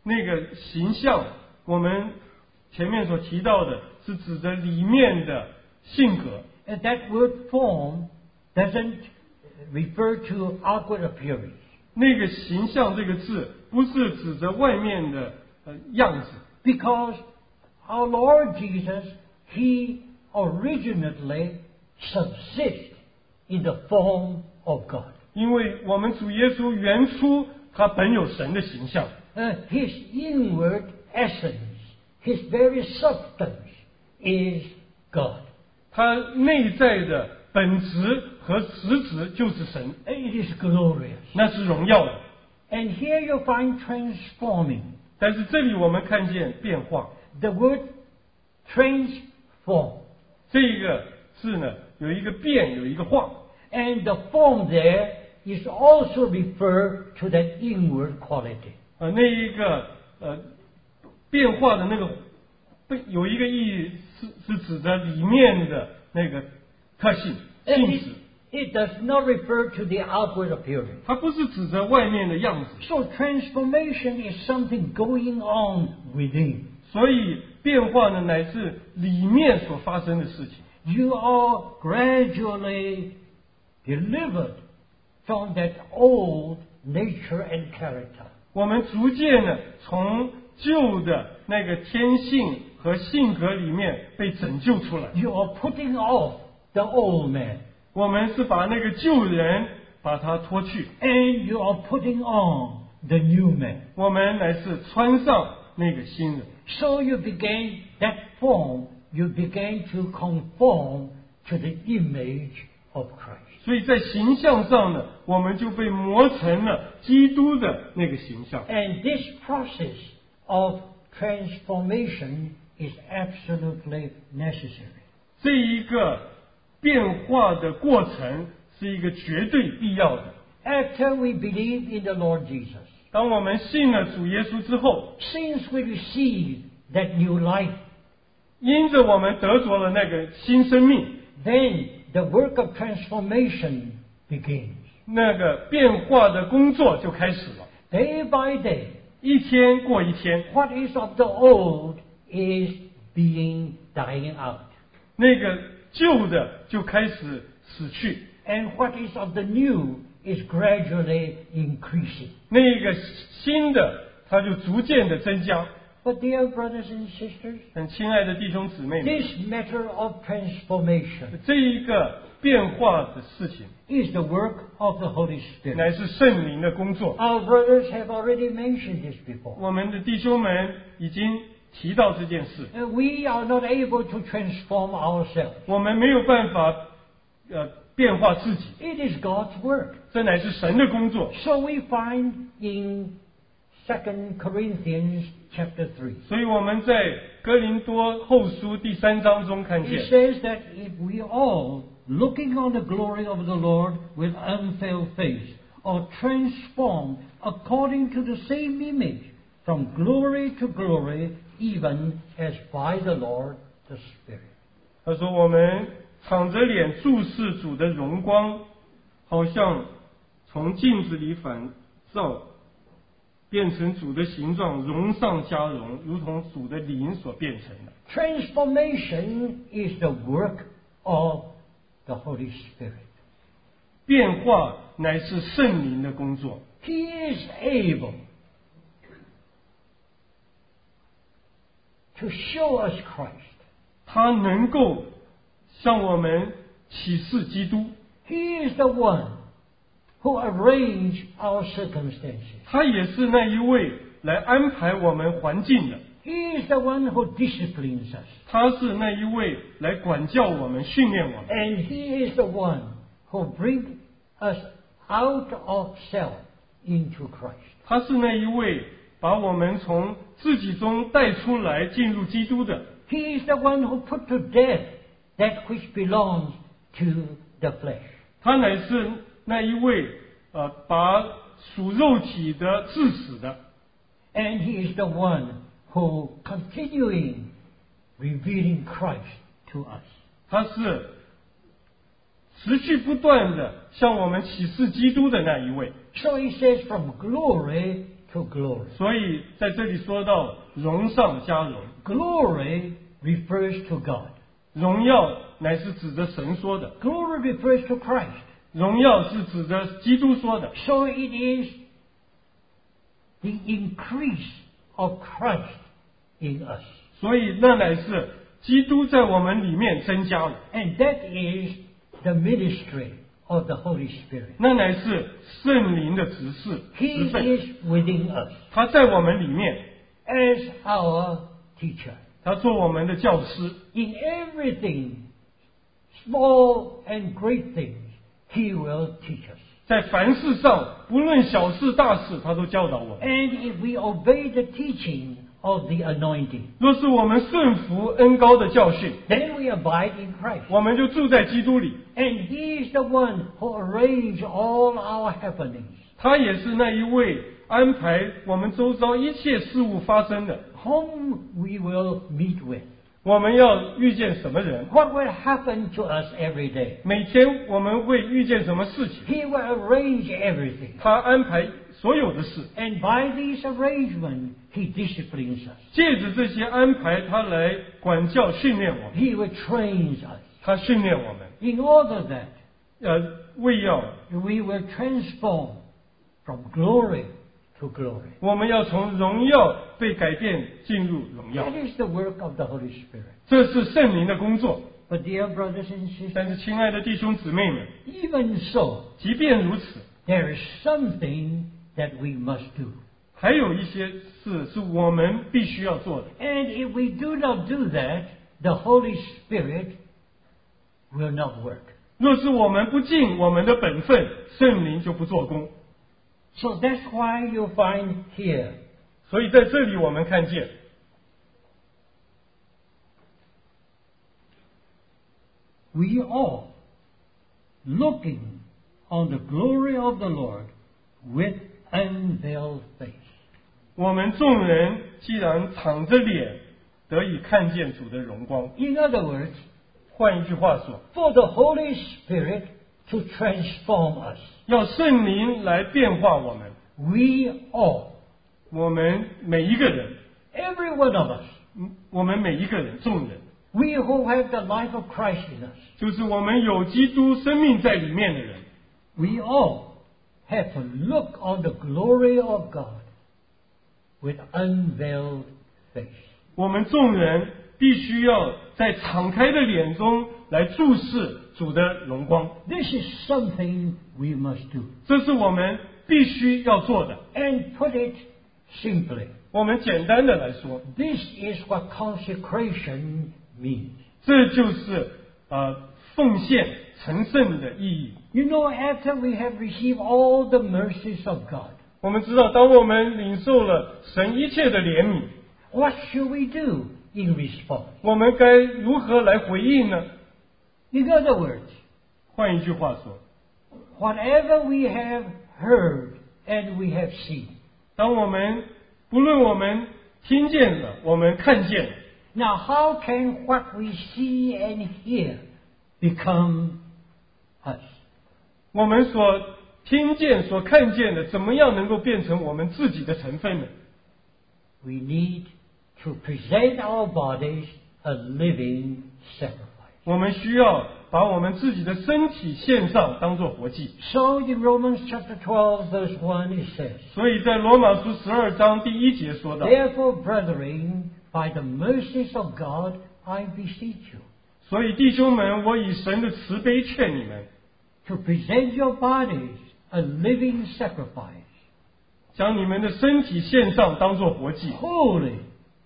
B: 那个形象，我们前面所提到的是指着里面的性格，
A: And that word form doesn't refer to outward appearance.
B: 那个形象这个字不是指着外面的呃样子，
A: Because our Lord Jesus, He originally subsists in the form of God.
B: 因为我们主耶稣原初他本有神的形象，
A: Uh, his inward essence, His very substance is God.
B: 他内在的本质和实质就是神，
A: It is glorious.
B: 那是荣耀的。
A: And here you find transforming.
B: 但是这里我们看见变化，
A: The word transform.
B: 这个字呢有一个变，有一个化，
A: And the form there is also referred to that inward quality.
B: 呃，那一个呃变化的那个被有一个意义是是指着里面的那个特性性
A: It,
B: 质，
A: it does not refer to the outward appearance.
B: 它不是指着外面的样子，
A: So transformation is something going on within.
B: 所以变化呢乃是里面所发生的事情。
A: You are gradually delivered from that old nature and character.
B: 我们逐渐的从旧的那个天性和性格里面被拯救出来。
A: You are putting off the old man
B: 我们是把那个旧人把它脱去，
A: and you are putting on the new man.
B: 我们乃是穿上那个新人。
A: So you began that form, you began to conform to the image of Christ.
B: 所以在形象上呢，我们就被磨成了基督的那个形象。
A: And this process of transformation is absolutely necessary.
B: 这一个变化的过程是一个绝对必要的。
A: After we believe in the Lord Jesus,
B: 当我们信了主耶稣之后，
A: since we receive that new life,
B: 因着我们得着了那个新生命，
A: then the work of transformation begins.
B: 那个变化的工作就开始了，
A: Day by day,
B: 一天过一天，
A: what is of the old is being dying out.
B: 那个旧的就开始死去，
A: and what is of the new is gradually increasing.
B: 那个新的它就逐渐的增加。
A: But, dear brothers and sisters,
B: 很亲爱的弟兄姊妹们，
A: this matter of transformation
B: 这一个变化的事情，
A: is the work of the Holy
B: 乃
A: Spirit.
B: 是圣灵的工作。
A: Our brothers have already mentioned this before.
B: 我们的弟兄们已经提到这件事，
A: Uh, We are not able to transform ourselves.
B: 我们没有办法呃变化自己，
A: It is God's work.
B: 这乃是神的工作。
A: So we find in 2 Corinthians chapter 3.
B: 所以我们在哥林多后书第三章中看见
A: It，says that if we all, looking on the glory of the Lord with unveiled face, are transformed according to the same image, from glory to glory, even as by the Lord the Spirit.
B: 他说：“我们敞着脸注视主的荣光，好像从镜子里反照，变成主的形状，荣上加荣，如同主的灵所变成的。
A: Transformation is the work of the Holy Spirit.
B: 变化乃是圣灵的工作，
A: He is able to show us Christ.
B: 他能够向我们启示基督，
A: He is the one who arranged our circumstances.
B: 他也是那一位来安排我们环境的，
A: He is the one who disciplines us.
B: 他是那一位来管教我们、训练我们，
A: And He is the one who brings us out of self into Christ.
B: 他是那一位把我们从自己中带出来进入基督的，
A: He is the one who put to death that which belongs to the flesh.
B: 他乃是那一位呃把属肉体的致死的，
A: And He is the one who continuing revealing Christ to us.
B: 他是持续不断的向我们启示基督的那一位。
A: So He says from glory to glory.
B: 所以在这里说到荣上加荣，
A: Glory refers to God.
B: 荣耀乃是指着神说的，
A: Glory refers to Christ.
B: 荣耀是指着基督说的，
A: So it is the increase of Christ in us.
B: 所以那乃是基督在我们里面增加了，
A: And that is the ministry of the Holy Spirit.
B: 那乃是圣灵的指示
A: He
B: 职分，
A: is within us
B: 他在我们里面，
A: as our teacher.
B: 他做我们的教师，
A: In everything, small and great things, He will teach us.
B: 在凡事上，不论小事大事，他都教导我们。
A: And if we obey the teaching of the anointing,
B: 若是我们顺服恩高的教训，
A: then we abide in Christ.
B: 我们就住在基督里，
A: And He is the one who arranges all our happenings.
B: 他也是那一位安排我们周遭一切事物发生的。
A: Whom we will meet with.
B: 我们要遇见什么人，
A: What will happen to us every day.
B: 每天我们会遇见什么事情，
A: He will arrange everything.
B: 他安排所有的事，
A: And by these arrangements, He disciplines us.
B: 借着这些安排，他来管教训练我们，
A: He will train us
B: 他训练我们，
A: in order that
B: 呃，为要
A: we will transform from glory to glory.
B: 我们要从荣耀被改变进入荣耀
A: That，is the work of the Holy Spirit.
B: 这是圣灵的工作。
A: But dear brothers and
B: 但是，
A: sisters,
B: 亲爱的弟兄姊妹们，
A: even so,
B: 即便如此，
A: there is something that we must do.
B: 还有一些事是我们必须要做的。
A: And if we do not do that, the Holy Spirit will not work.
B: 若是我们不尽我们的本分，圣灵就不做工。
A: So that's why you find here
B: 所以在这里我们看见，
A: we all looking on the glory of the Lord with unveiled face.
B: 我们众人既然敞着脸，得以看见主的荣光。
A: In other words,
B: 换一句话说，
A: for the Holy Spirit to transform us,
B: 要圣灵来变化我们，
A: we all,
B: 我们每一个人，
A: every one of us,
B: 嗯我们每一个人，众人，
A: we who have the life of Christ in us,
B: 就是我们有基督生命在里面的人，
A: we all have to look on the glory of God with unveiled face.
B: 我们众人必须要在敞开的脸中来注视主的荣光，
A: This is something we must do.
B: 这是我们必须要做的。
A: And put it simply,
B: 我们简单的来说，
A: this is what consecration means.
B: 这就是呃奉献成圣的意义。
A: You know, after we have received all the mercies of God,
B: 我们知道，当我们领受了神一切的怜悯，
A: what should we do in response?
B: 我们该如何来回应呢？
A: In other words,
B: 换一句话说，
A: whatever we have heard and we have seen.
B: 当我们不论我们听见了，我们看见了，
A: Now, how can what we see and hear become us?
B: 我们所听见、所看见的，怎么样能够变成我们自己的成分呢？
A: We need to present our bodies a living sacrifice.
B: 我们需要把我们自己的身体献上，当做活祭。
A: So in Romans chapter 12, verse 1, it says,
B: 所以在罗马书十二章第一节说到，
A: Therefore, brethren, by the mercies of God, I beseech you,
B: 所以弟兄们，我以神的慈悲劝你们，
A: to present your bodies a living sacrifice,
B: 将你们的身体献上，当作活祭，
A: holy,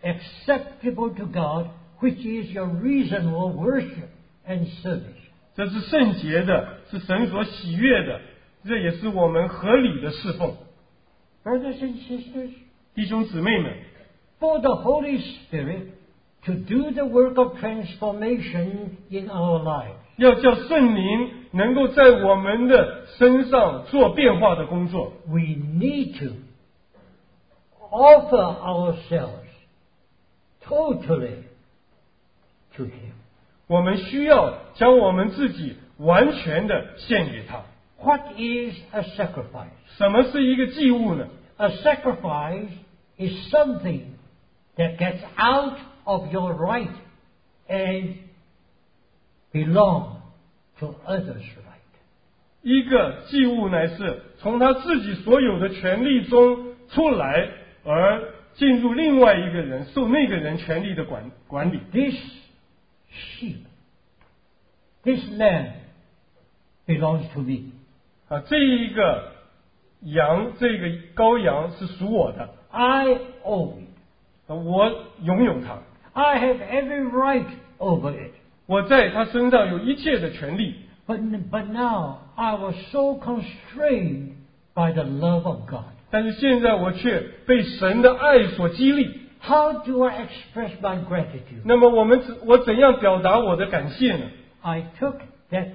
A: acceptable to God, which is your reasonable worship and service.
B: 这是圣洁的，是神所喜悦的，这也是我们合理的侍奉。
A: Brothers and sisters,
B: 弟兄姊妹们，
A: for the Holy Spirit to do the work of transformation in our lives.
B: 要叫圣灵能够在我们的身上做变化的工作，
A: we need to offer ourselves totally to Him.
B: 我们需要将我们自己完全的献给他。
A: What is a sacrifice?
B: 什么是一个祭物呢？
A: A sacrifice is something that gets out of your right and belong to others' right.
B: 一个祭物乃是从他自己所有的权利中出来，而进入另外一个人，受那个人权利的管管理。
A: This sheep, this lamb belongs to me.
B: 啊，这一个羊，这个羔羊是属我的，
A: I own it.
B: 啊我拥有它，
A: I have every right over it.
B: 我在它身上有一切的权利。
A: But, but now I was so constrained by the love of God.
B: 但是现在我却被神的爱所激励。
A: How do I express my gratitude?
B: 那么我们怎我怎样表达我的感谢呢？
A: I took that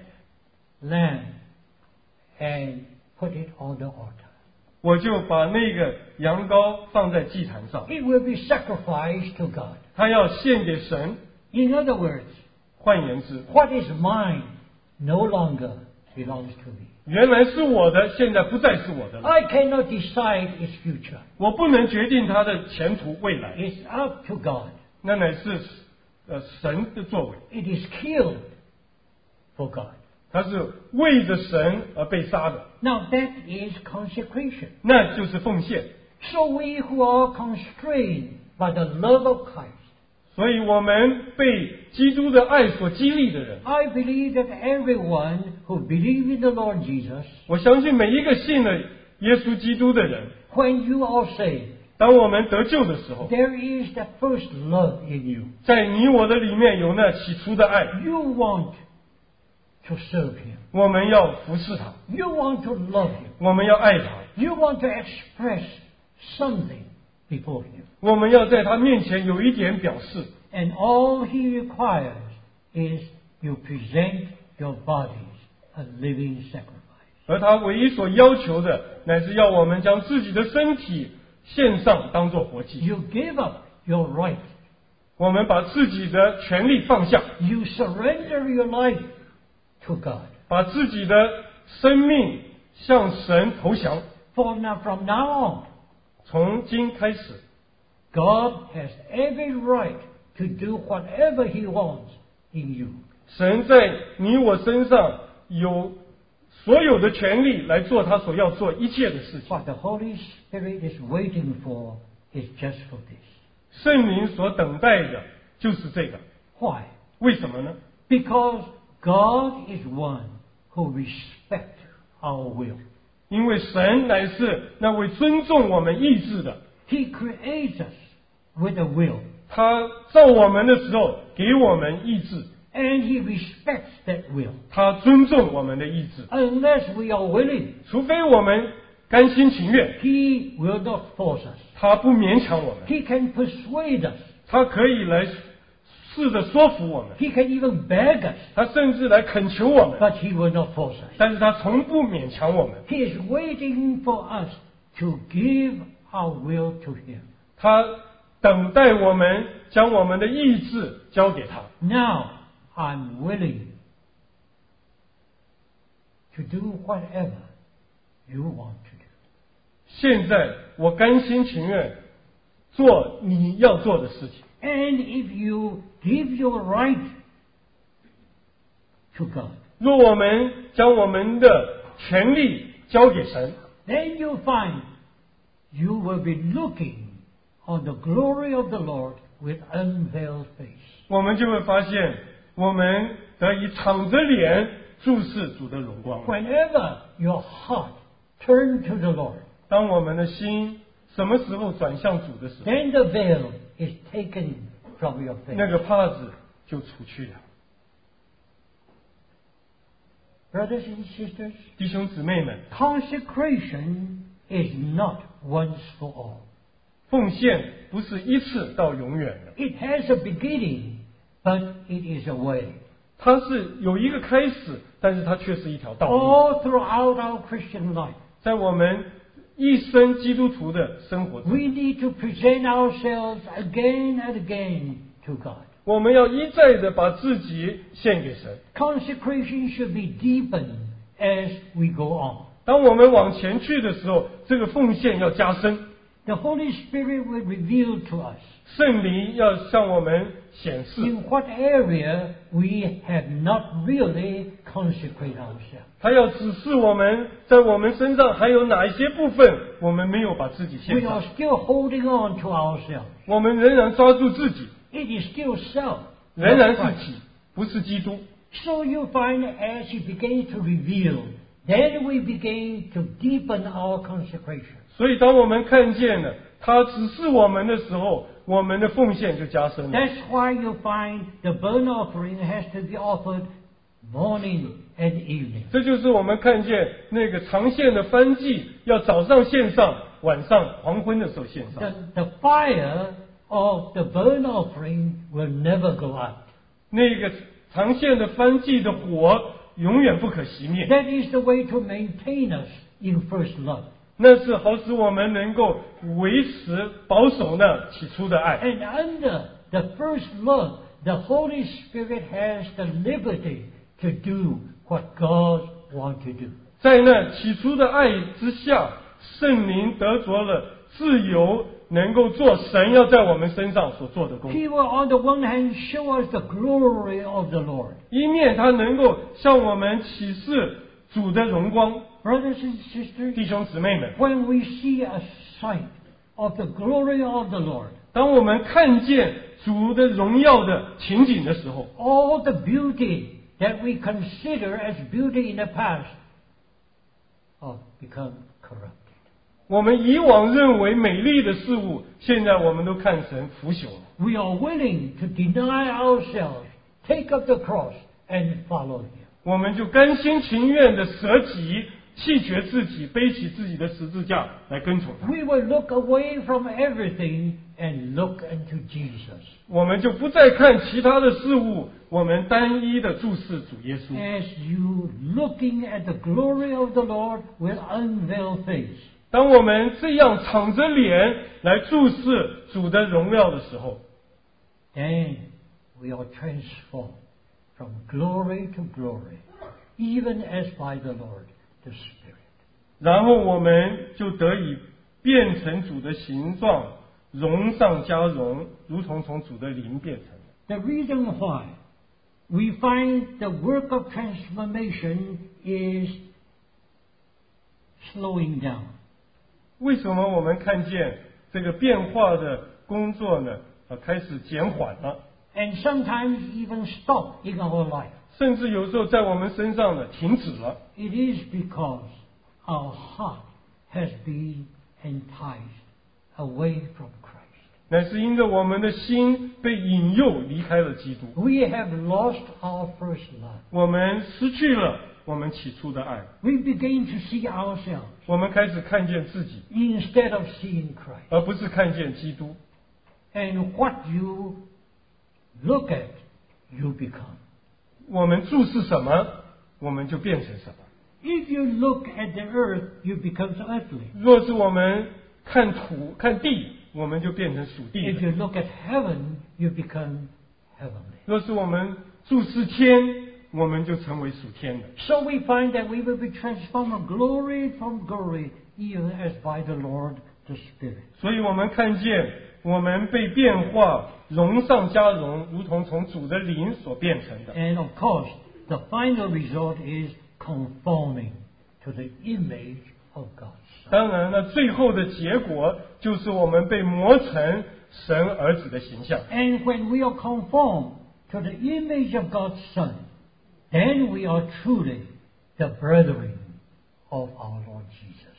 A: lamb and put it on the altar.
B: 我就把那个羊羔放在祭坛上，
A: It will be sacrificed to God.
B: 它要献给神。
A: In other words,
B: 换言之，
A: what is mine no longer belongs to me.
B: 原来是我的，现在不再是我的了。
A: I cannot decide its future.
B: 我不能决定它的前途未来，
A: It's up to God.
B: 那乃是呃神的作为，
A: It is killed for God.
B: 它是为着神而被杀的，
A: Now that is consecration.
B: 那就是奉献。
A: So we who are constrained by the love of Christ,
B: 所以我们被基督的爱所激励的人，
A: I believe that everyone who believes in the Lord Jesus,
B: 我相信每一个信了耶稣基督的人，
A: when you are saved,
B: 当我们得救的时候，
A: there is the first love in you.
B: 在你我的里面有那起初的爱，
A: You want to serve Him.
B: 我们要服侍他，
A: You want to love Him.
B: 我们要爱他，
A: You want to express something before Him.
B: 我们要在他面前有一点表示。
A: And all He requires is you present your bodies a living sacrifice.
B: 而他唯一所要求的，乃是要我们将自己的身体献上，当做活祭。
A: You give up your right
B: 我们把自己的权利放下，
A: You surrender your life to God.
B: 把自己的生命向神投降。
A: For now, from now on,
B: 从今开始，
A: God has every right to do whatever He wants in you.
B: 神在你我身上有所有的权利来做他所要做一切的事情。
A: What the Holy Spirit is waiting for is just for this.
B: 圣灵所等待的就是这个，
A: Why?
B: 为什么呢？
A: Because God is one who respects our will.
B: 因为神乃是那位尊重我们意志的，
A: He creates us with a will,
B: 他造我们的时候给我们意志，
A: and He respects that will.
B: 他尊重我们的意志，
A: Unless we are willing,
B: 除非我们甘心情愿，
A: He will not force us.
B: 他不勉强我们，
A: He can persuade us.
B: 他可以来试着说服我们，
A: He can even beg us,
B: 他甚至来恳求我们，
A: but he will not force us.
B: 但是他从不勉强我们，
A: He is waiting for us to give our will to him.
B: 他等待我们将我们的意志交给他。
A: Now, I'm willing to do whatever you want to do.
B: 现在我甘心情愿做你要做的事情。
A: And if you give your right to God,
B: 若我们将我们的权利交给神，
A: then you find you will be looking on the glory of the Lord with unveiled face.
B: 我们就会发现，我们得以敞着脸注视主的荣光。
A: Whenever your heart turns to the Lord,
B: 当我们的心什么时候转向主的时候，
A: then the veil is taken from your
B: 那
A: face.
B: 个帕子就除去了。
A: Brothers and sisters,
B: 弟兄姊妹们，
A: consecration is not once for all.
B: 奉献不是一次到永远的，
A: It has a beginning, but it is a way.
B: 它是有一个开始，但是它却是一条道路。
A: All throughout our Christian life,
B: 在我们一生基督徒的生活中，
A: we need to present ourselves again and again to God.
B: 我们要一再的把自己献给神。
A: Consecration should be deepened as we go on.
B: 当我们往前去的时候，这个奉献要加深，
A: The Holy Spirit will reveal to us
B: 圣灵要向我们显示，
A: in what area we have not really consecrated ourselves.
B: 他要指示我们在我们身上还有哪一些部分我们没有把自己献
A: We
B: 上，
A: are still holding on to ourselves.
B: 我们仍然抓住自己，
A: It is still self.
B: 仍然
A: not
B: 是
A: Christ.
B: 己，不是基督。
A: So you find as He begins to reveal, then we begin to deepen our consecration.
B: 所以，当我们看见了他指示我们的时候，我们的奉献就加深了。
A: That's why you find the burnt offering has to be offered morning and evening.
B: 这就是我们看见那个长线的翻祭，要早上献上，晚上黄昏的时候献上。
A: The, the fire of the burnt offering will never go out.
B: 那个长线的翻祭的火永远不可熄灭。
A: That is the way to maintain us in first love.
B: 那是好使我们能够维持保守那起初的爱。
A: And under the first love, the Holy Spirit has the liberty to do what God wants to do.
B: 在那起初的爱之下，圣灵得着了自由，能够做神要在我们身上所做的工。
A: He will, on the one hand, show us the glory of the Lord.
B: 一面他能够向我们启示主的荣光，
A: Brothers and sisters,
B: 弟兄姊妹们，
A: when we see a sight of the glory of the Lord,
B: 当我们看见主的荣耀的情景的时候，
A: all the beauty that we consider as beauty in the past have become corrupted.
B: 我们以往认为美丽的事物，现在我们都看成腐朽了。
A: We are willing to deny ourselves, take up the cross, and follow Him.
B: 我们就甘心情愿的舍己，弃绝自己，背起自己的十字架来跟从他。
A: We will look away from everything and look unto Jesus
B: 我们就不再看其他的事物，我们单一的注视主耶稣。
A: as you looking at the glory of the Lord with unveiled face.
B: 当我们这样敞着脸来注视主的荣耀的时候，
A: Then we are transformed from glory to glory, even as by the Lord the Spirit.
B: 然后我们就得以变成主的形状，荣上加荣，如同从主的灵变成。
A: The reason why we find the work of transformation is slowing down.
B: 为什么我们看见这个变化的工作呢？啊，开始减缓了。
A: and sometimes even stop in our life.
B: 甚至有时候在我们身上呢停止了，
A: It is because our heart has been enticed away from Christ.
B: 乃是因着我们的心被引诱离开了基督，
A: We have lost our first love.
B: 我们失去了我们起初的爱，
A: We begin to see ourselves
B: 我们开始看见自己，
A: instead of seeing Christ.
B: 而不是看见基督。
A: And what you look at, you become.
B: 我们注视什么，我们就变成什么。
A: If you look at the earth, you become earthly.
B: 若是我们看土看地，我们就变成属地
A: If
B: 的；
A: you look at heaven, you become heavenly.
B: 若是我们注视天，我们就成为属天的。
A: So we find that we will be transformed from glory from glory, even as by the Lord the Spirit.
B: 所以我们看见，我们被变化，荣上加荣，如同从主的灵所变成的。
A: And of course, the final result is conforming to the image of God.
B: 当然了，最后的结果就是我们被磨成神儿子的形象。
A: And when we are conformed to the image of God's Son, then we are truly the brethren of our Lord Jesus.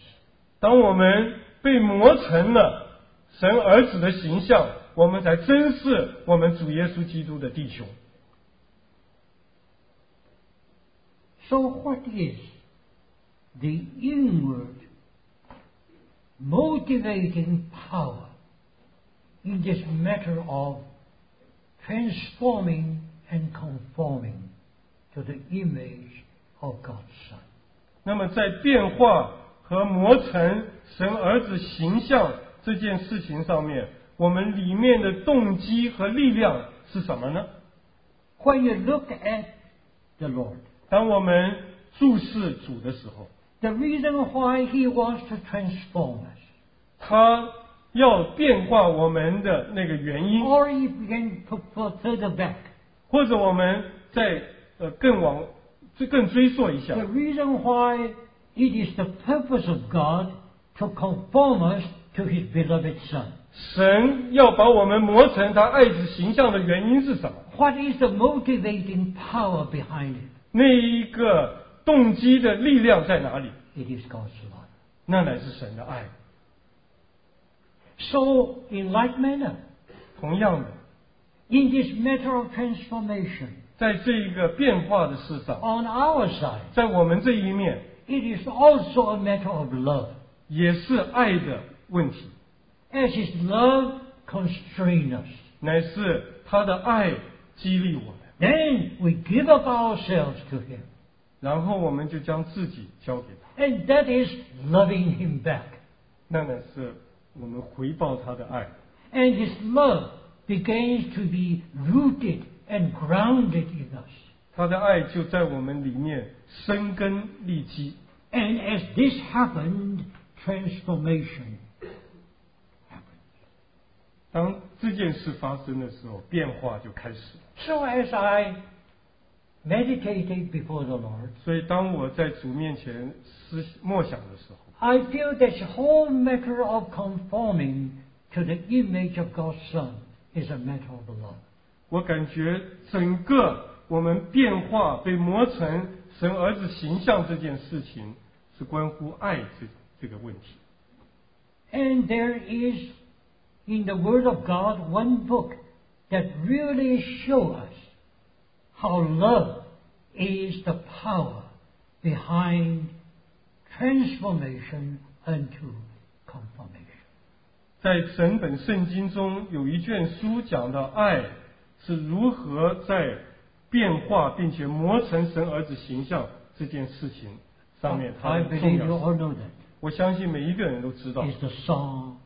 B: 当我们被磨成了神儿子的形象，我们才真是我们主耶稣基督的弟兄。
A: So, what is the inward motivating power in this matter of transforming and conforming to the image of God's Son?
B: 那么，在变化和磨成神儿子形象这件事情上面，我们里面的动机和力量是什么呢？
A: When you look at the Lord,
B: 当我们注视主的时候，
A: the reason why He wants to transform us,
B: 他要变化我们的那个原因，
A: or if we can put put further back,
B: 或者我们再呃更往追更追溯一下，
A: The reason why it is the purpose of God to conform us to His beloved Son.
B: 神要把我们磨成他爱子形象的原因是什么？
A: What is the motivating power behind it?
B: 那一个动机的力量在哪里？
A: It is God's love.
B: 那乃是神的爱。
A: So, in like manner,
B: 同样的，
A: in this matter of transformation,
B: 在这一个变化的世上，
A: on our side,
B: 在我们这一面
A: it is also a matter of love,
B: 也是爱的问题，
A: as His love constrains us.
B: 乃是他的爱激励我们，
A: Then we give up ourselves to Him,
B: 然后我们就将自己交给他，
A: and that is loving Him back.
B: 那乃是我们回报他的爱。
A: And his love begins to be rooted and grounded in us.
B: 他的爱就在我们里面生根立基。
A: And as this happened, transformation.
B: 当这件事发生的时候，变化就开始了。
A: So as I meditated before the Lord,
B: 所以，当我在主面前思默想的时候，
A: I feel this whole matter of conforming to the image of God's Son is a matter of love.
B: 我感觉整个我们变化被磨成神儿子形象这件事情，是关乎爱这这个问题。
A: And there is in the Word of God one book that really shows us how love is the power behind transformation unto conformation.
B: 在整本圣经中，有一卷书讲到爱是如何在变化并且磨成神儿子形象这件事情上面它
A: I
B: 的
A: believe you
B: 重要性。
A: all know that.
B: 我相信每一个人都知道，
A: It's the song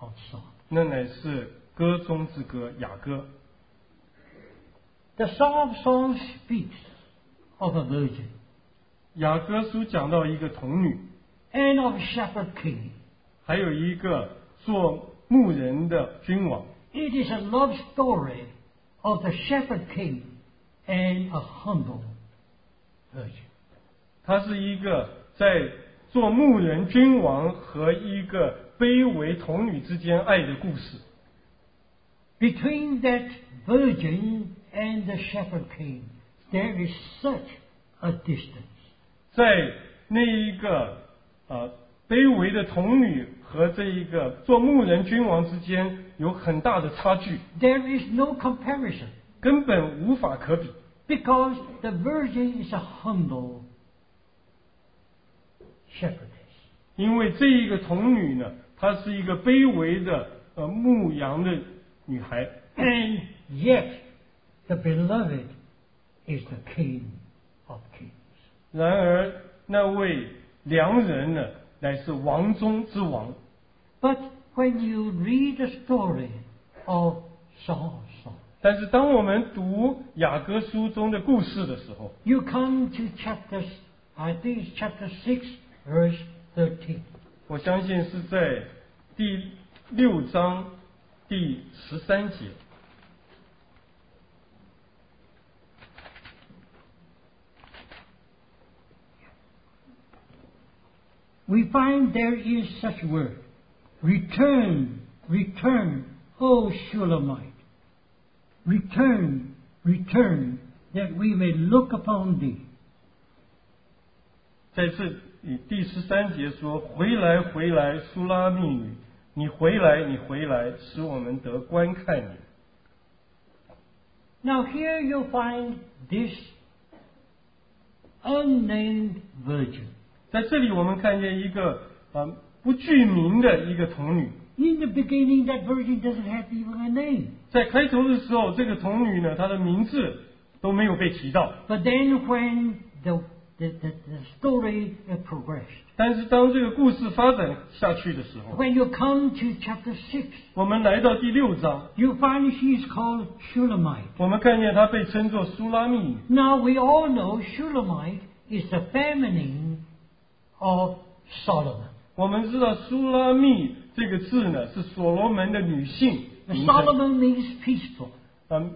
A: of song.
B: 那乃是歌中之歌雅歌。
A: The Song of Songs speaks of a virgin
B: 雅歌书讲到一个童女，
A: and of a shepherd king.
B: 还有一个做牧人的君王，
A: It is a love story of the shepherd king and a humble virgin.
B: 他是一个在做牧人君王和一个卑微童女之间爱的故事。
A: Between that virgin and the shepherd king, there is such a distance.
B: 在那一个呃卑微的童女和这一个做牧人君王之间有很大的差距，
A: There is no comparison
B: 根本无法可比，
A: because the virgin is a humble shepherdess.
B: 因为这一个童女呢，她是一个卑微的呃牧羊的女孩，
A: And yet, the beloved is the king of kings.
B: 然而那位良人呢，乃是王中之王。
A: But when you read the story of Song of Songs,
B: 但是当我们读雅各书中的故事的时候，
A: you come to chapter, I think it's chapter 6, verse 13.
B: 我相信是在第六章第十三节。
A: We find there is such word, return, return O Shulamite, return, return, that we may look upon thee.
B: 在这里第十三节说：“回来，回来，苏拉密女，你回来，你回来，使我们得观看你。
A: Now here you find this unnamed virgin ”
B: 在这里，我们看见一个啊、呃不具名的一个童女。
A: In the beginning, that virgin doesn't have even a name.
B: 在开头的时候，这个童女呢，她的名字都没有被提到。
A: But then, when the, the, the, the story uh, progressed,
B: 但是当这个故事发展下去的时候，
A: when you come to chapter 6,
B: 我们来到第六章，
A: you find she is called Shulamite.
B: 我们看见她被称作苏拉密女。
A: Now, we all know Shulamite is the feminine of Solomon.
B: 我们知道苏拉密这个字呢，是所罗门的女性
A: And
B: 名称。
A: Solomon means peaceful.
B: 嗯，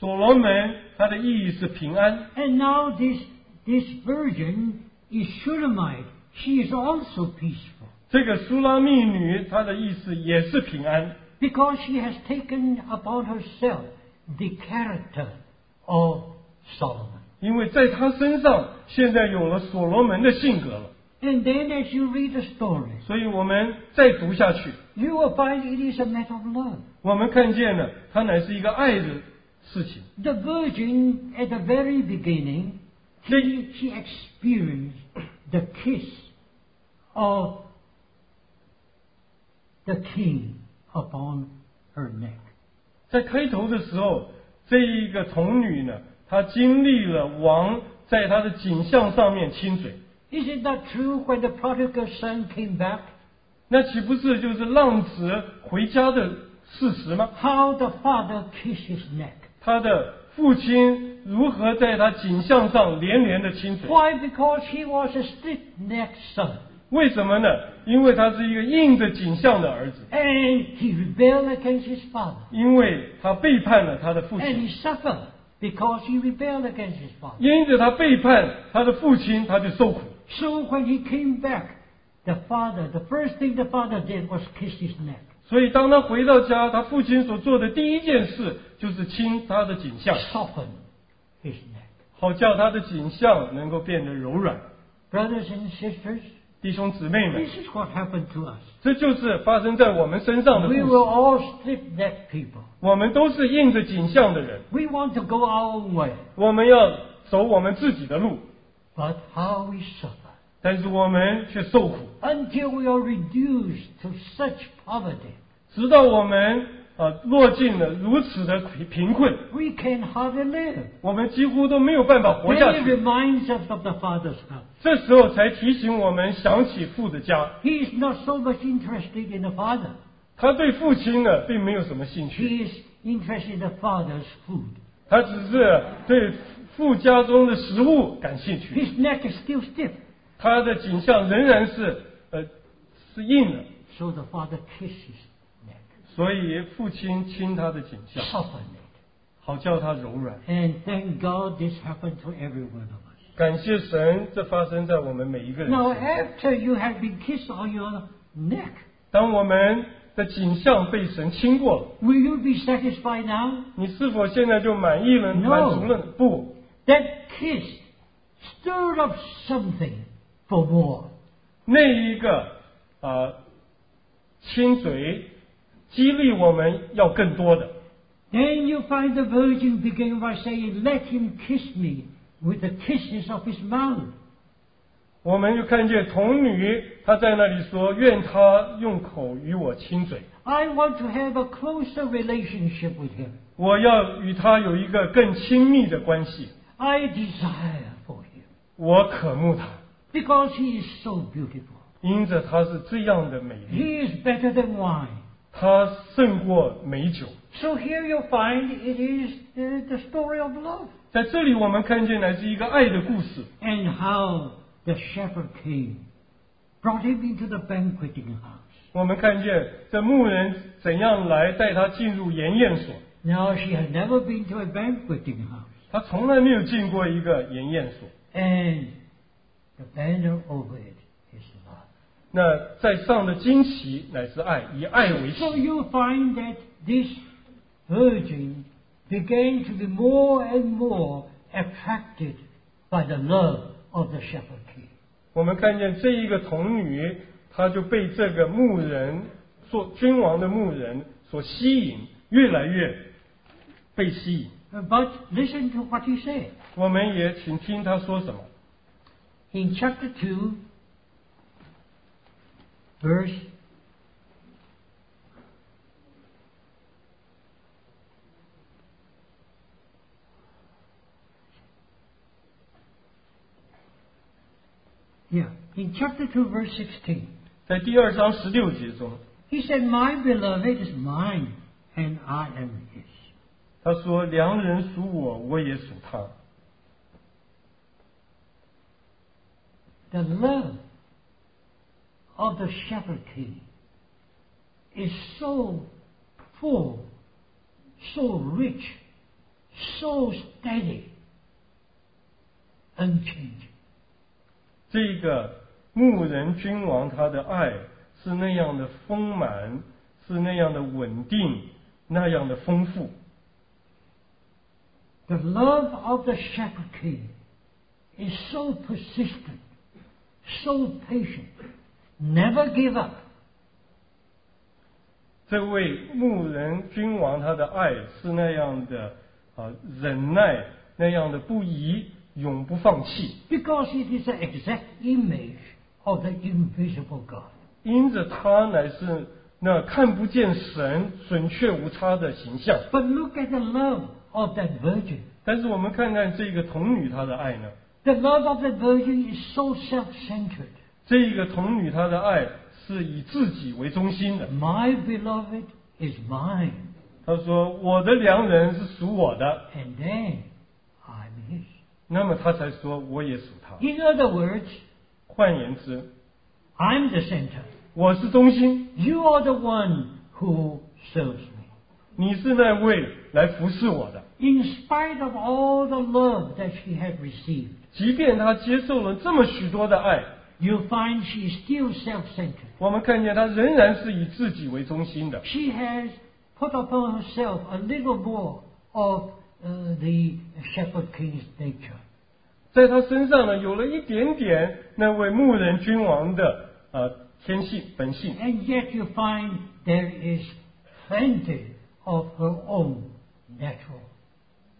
B: 所罗门它的意义是平安。
A: And now this, this virgin is Shulamite. She is also peaceful
B: 这个苏拉密女，她的意思也是平安，
A: because she has taken upon herself the character of Solomon.
B: 因为在她身上现在有了所罗门的性格了。
A: And then as you read the story,
B: 所以我们再读下去，
A: you will find it is a matter of love.
B: 我们看见了，它乃是一个爱的事情。
A: The virgin at the very beginning, she, she experienced the kiss of the king upon her neck.
B: 在开头的时候，这一个童女呢，她经历了王在她的颈项上面亲嘴，
A: Is it not true when the prodigal son came back,
B: 那岂不是就是浪子回家的事实吗？
A: how the father kissed his neck?
B: 他的父亲如何在他颈项上连连的亲嘴？
A: Why? Because he was a stiff-necked son,
B: 为什么呢？因为他是一个硬着颈项的儿子，
A: and he rebelled against his father,
B: 因为他背叛了他的父
A: and
B: 亲，
A: he suffered because he rebelled against his father.
B: 因着他背叛他的父亲，他就受苦。
A: So when he came back, the father, the first thing the father did was kiss his neck.
B: 所以，当他回到家，他父亲所做的第一件事就是亲他的颈项，
A: Soften his neck.
B: 好叫他的颈项能够变得柔软。
A: Brothers and sisters,
B: 弟兄姊妹们
A: this，is what happened to us.
B: 这就是发生在我们身上的故
A: We were all
B: 事。
A: stiff-necked people.
B: 我们都是硬着颈项的人，
A: We want to go our own way.
B: 我们要走我们自己的路，
A: But how we suffer
B: 但是我们却受苦，
A: until we are reduced to such poverty,
B: 直到我们呃落进了如此的贫贫困，
A: we can hardly live.
B: 我们几乎都没有办法活
A: Then
B: 下
A: it
B: 去。
A: reminds us of the Father's house.
B: 这时候才提醒我们想起父的家，
A: He is not so much interested in the Father.
B: 他对父亲呢并没有什么兴趣。
A: He is interested in the Father's food.
B: 他只是对富家中的食物感兴趣，
A: His neck is still stiff,
B: 他的景象仍然是呃是硬的，
A: so the Father kisses neck,
B: 所以父亲亲他的景象，
A: soften it.
B: 好叫他柔软。
A: And thank God this happened to every one of us.
B: 感谢神，这发生在我们每一个人
A: Now,
B: 身上。
A: after you have been kissed on your neck,
B: 当我们的景象被神亲过了，
A: will you be satisfied now?
B: 你是否现在就满意了、
A: No
B: 满足了呢？不，
A: That kiss stirred up something for more.
B: 那一个啊、呃亲嘴激励我们要更多的。
A: Then you find the Virgin began by saying, Let him kiss me with the kisses of his mouth.
B: 我们就看见童女，她在那里说：“愿他用口与我亲嘴，
A: I want to have a closer relationship with him.
B: 我要与他有一个更亲密的关系，
A: I desire for him
B: 我渴慕他，
A: because he is so beautiful.
B: 因着他是这样的美丽，
A: He is better than wine.
B: 他胜过美酒。
A: So here you find it is the, the story of love ”
B: 在这里，我们看见来自一个爱的故事，
A: and how the shepherd came, brought him into the banqueting house.
B: 我们看见这牧人怎样来带他进入筵宴所，
A: Now she had never been to a banqueting house,
B: 他从来没有进过一个筵宴所。
A: and the banner over it is love.
B: 那在上的惊奇乃是爱，以爱为
A: So
B: 喜。
A: you find that this virgin began to be more and more attracted by the love of the shepherd king.
B: 我们看见这一个童女，她就被这个牧人做君王的牧人所吸引，越来越被吸引。
A: But listen to what he said.
B: 我们也请听他说什么。
A: In chapter 2, verse Yeah, in chapter 2, verse 16,
B: 在第二章十六节中，
A: he said, My beloved is mine, and I am his.
B: 他说：“良人属我，我也属他。
A: The love of the shepherd king is so full, so rich, so steady, unchanging. ”
B: 这个牧人君王他的爱是那样的丰满，是那样的稳定，那样的丰富。
A: The love of the shepherd king is so persistent, so patient, never give up.
B: 这位牧人君王他的爱是那样的啊、忍耐，那样的不移，永不放弃。
A: Because it is the exact image of the invisible God.
B: 因着他乃是那看不见神准确无差的形象。
A: But look at the love of that virgin.
B: 但是我们看看这个童女她的爱呢？
A: The love of the virgin is so self centered.
B: 这个童女她的爱是以自己为中心的。
A: My beloved is mine,
B: 她说：“我的良人是属我的。
A: and then I'm his. ”
B: 那么她才说：“我也属他。
A: In other words, ”
B: 换言之，
A: I'm the center.
B: 我是中心，
A: You are the one who serves me.
B: 你是那位来服侍我的。
A: In spite of all the love that she had received,
B: 即便她接受了这么许多的爱，
A: you'll find she is still self centered.
B: 我们看见她仍然是以自己为中心的。
A: She has put upon herself a little more of uh, the shepherd king's nature.
B: 在他身上呢，有了一点点那位牧人君王的呃天性本性，
A: And yet you find there is plenty of her own natural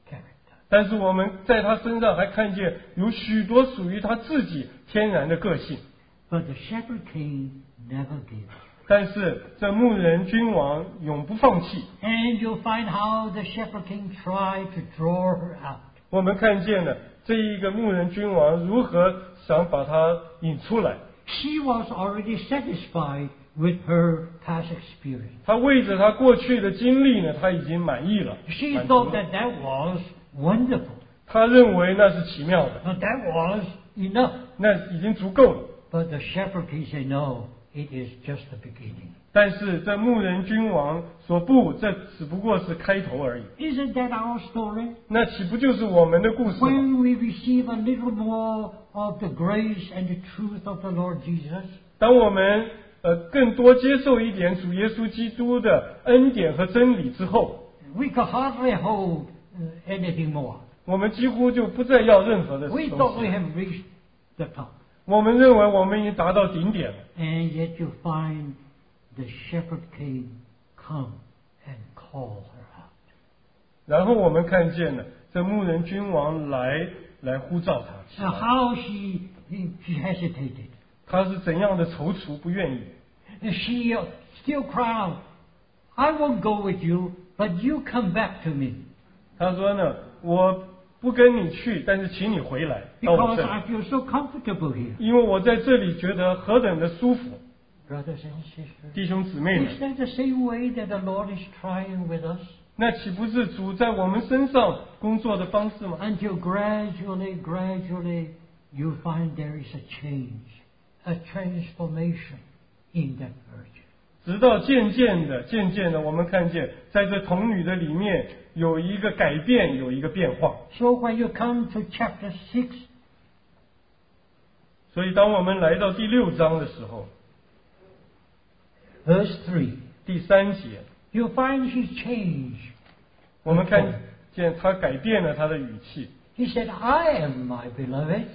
A: character.
B: 但是我们在他身上还看见有许多属于他自己天然的个性。
A: But the shepherd king never gives.
B: 但是这牧人君王永不放弃。
A: And you'll find how the shepherd king tried to draw her out.
B: 我们看见了这一个牧人君王如何想把他引出来，
A: She was already satisfied with her past experience.
B: 他为着他过去的经历呢，他已经满意了。
A: She
B: 满足
A: thought
B: 了
A: that that was wonderful.
B: 他认为那是奇妙的，
A: But that was enough.
B: 那已经足够了。
A: But the shepherd king said, no, it is just the beginning.
B: 但是这牧人君王所不，这只不过是开头而已。
A: Isn't that our story?
B: 那岂不就是我们的故事吗？
A: When we receive a little more of the grace and the truth of the Lord Jesus,
B: 当我们呃更多接受一点主耶稣基督的恩典和真理之后，
A: we could hardly hold uh, anything more.
B: 我们几乎就不再要任何的东
A: We thought we
B: 西。
A: have reached the top.
B: 我们认为我们已经达到顶点了，
A: And yet you find the shepherd king come and call her out.
B: 然后我们看见了这牧人君王来来呼召
A: Now
B: 他，
A: how she, she hesitated.
B: 他是怎样的踌躇不愿意？
A: And she uh, still cried out, I won't go with you, but you come back to me
B: 他说呢，我不跟你去，但是请你回来到我
A: because
B: 这里。
A: I feel so comfortable here.
B: 因为我在这里觉得何等的舒服，
A: Brothers and sisters.
B: 弟兄姊妹们
A: Is，that the same way that the Lord is trying with us?
B: 那岂不是主在我们身上工作的方式吗？
A: Until gradually, gradually, you find there is a change, a transformation in that virgin.
B: 直到渐渐的、渐渐的，我们看见在这童女的里面有一个改变，有一个变化。
A: So when you come to chapter 6,
B: 所以，当我们来到第六章的时候，
A: verse 3,
B: 第三节，
A: you find he changed.
B: 我们看见他改变了他的语气，
A: He said, I am my beloved,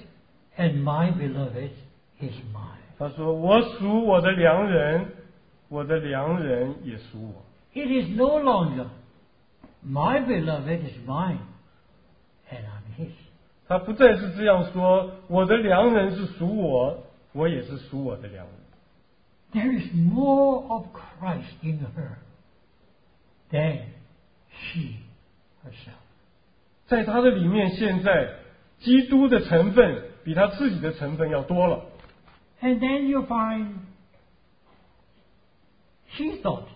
A: and my beloved is mine.
B: 他说：“我属我的良人，我的良人也属我。
A: It is no longer my beloved is mine, and I'm his. ”
B: 他不再是这样说：“我的良人是属我，我也是属我的良人。
A: There is more of Christ in her than she herself. ”
B: 在他的里面，现在基督的成分比他自己的成分要多了。
A: And then you find she thought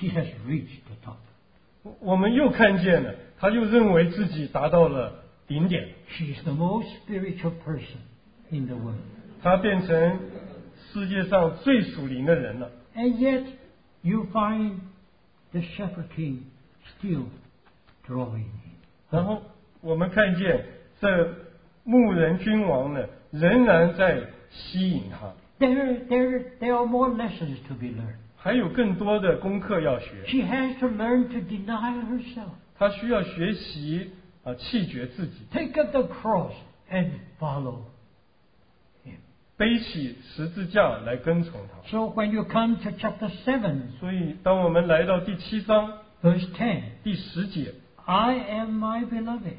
A: she has reached the top.
B: 我们又看见了，他又认为自己达到了顶点，
A: She is the most spiritual person in the world.
B: 他变成世界上最属灵的人了。
A: And yet, you find the Shepherd King still drawing in.
B: 然后我们看见这牧人君王呢，仍然在吸引他，
A: There, there, there are more lessons to be learned.
B: 还有更多的功课要学，
A: She has to learn to deny herself,
B: 他需要学习啊、呃弃绝自己，
A: take up the cross, and follow.
B: 背起十字架来跟从他。
A: So when you come to chapter 7,
B: 所以，当我们来到第七章
A: verse 10,
B: 第十节，
A: I am my beloved,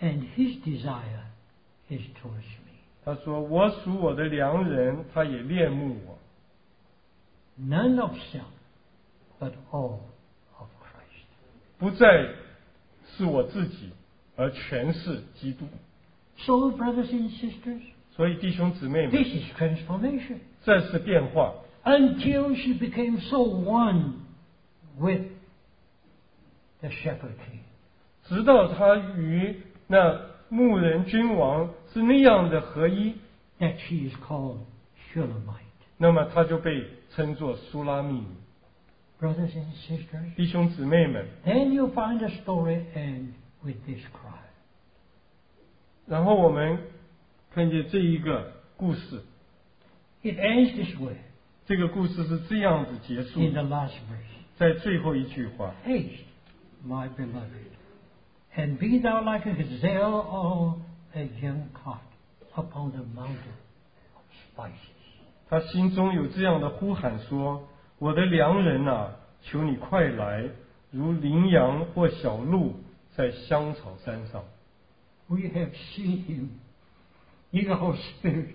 A: and his desire is towards me.
B: 他说：“我属我的良人，他也恋慕我。”
A: None of self, but all of Christ.
B: 不再是我自己，而全是基督。
A: So, brothers and sisters,
B: 所以弟兄姊妹
A: this
B: 们，
A: is transformation.
B: 这是变化。
A: Until she became so one with the shepherd king.
B: 直到他与那牧人君王是那样的合一，
A: that she is called Shulamite.
B: 那么他就被称作苏拉密女。
A: Brothers and sisters,
B: 弟兄姊妹们，
A: then you find the story end with this cry.
B: 然后我们看见这一个故事，
A: It ends this way
B: 这个故事是这样子结束
A: in
B: 的，
A: the last verse.
B: 在最后一句话，
A: Haste, my beloved, and be thou like a gazelle or a young colt upon the mountain of spices.
B: 他心中有这样的呼喊说：“我的良人啊，求你快来，如羚羊或小鹿在香草山上。”
A: We have seen him in our spirit.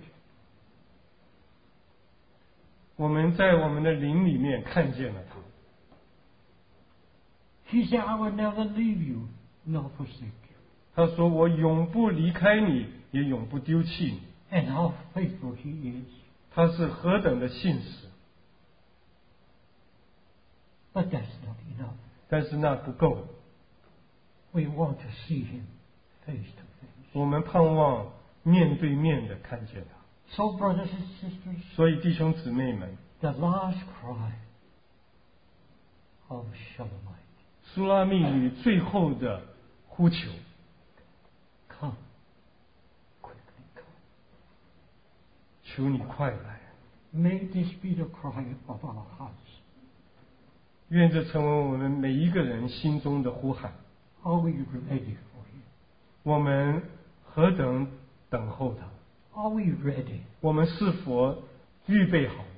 B: 我们在我们的灵里面看见了他。
A: He said, I will never leave you nor forsake you.
B: 他说：“我永不离开你，也永不丢弃你。
A: And how faithful he is. ”
B: 他是何等的信实，
A: But that's not enough.
B: 但是那不够。
A: We want to see him face to face.
B: 我们盼望面对面的看见他。
A: So, brothers and sisters,
B: 所以弟兄姊妹们，
A: the last cry of Shulamite
B: 苏拉密女最后的呼求，
A: Come, quickly come.
B: 求你快来！
A: May this be the cry of our hearts.
B: 愿这成为我们每一个人心中的呼喊。
A: Are we ready for him?
B: 我们何等等候他？
A: Are we ready?
B: 我们是否预备好了？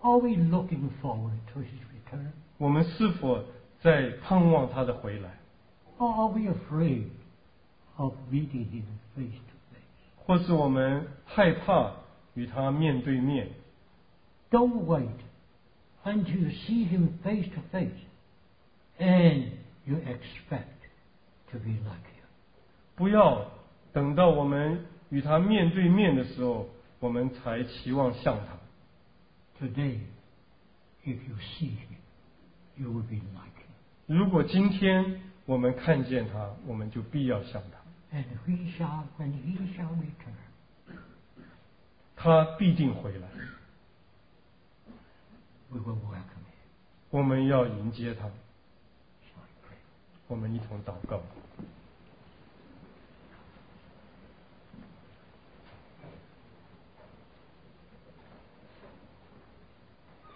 A: Are we looking forward to his return?
B: 我们是否在盼望他的回来？
A: Or are we afraid of meeting him face to face?
B: 或是我们害怕与他面对面，
A: Don't wait until you see him face to face and you expect to be like him.
B: 不要等到我们与他面对面的时候，我们才期望像他。
A: Today, if you see him, you will be like him.
B: 如果今天我们看见他，我们就必要像他，
A: And he shall, when he shall return,
B: 他必定回来，
A: we will welcome him.
B: 我们要迎接他。
A: Shall we pray?
B: 我们一同祷告，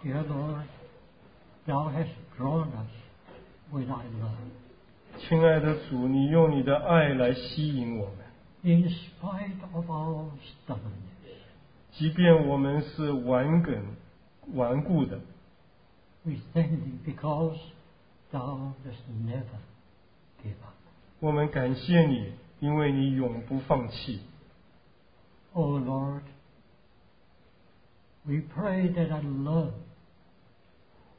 A: Dear Lord, Thou hast drawn us with thy love.
B: 亲爱的主，你用你的爱来吸引我们，
A: In spite of our stubbornness,
B: 即便我们是顽梗、顽固的，
A: we thank thee because thou dost never give up.
B: 我们感谢你，因为你永不放弃。
A: O Lord, we pray that thy love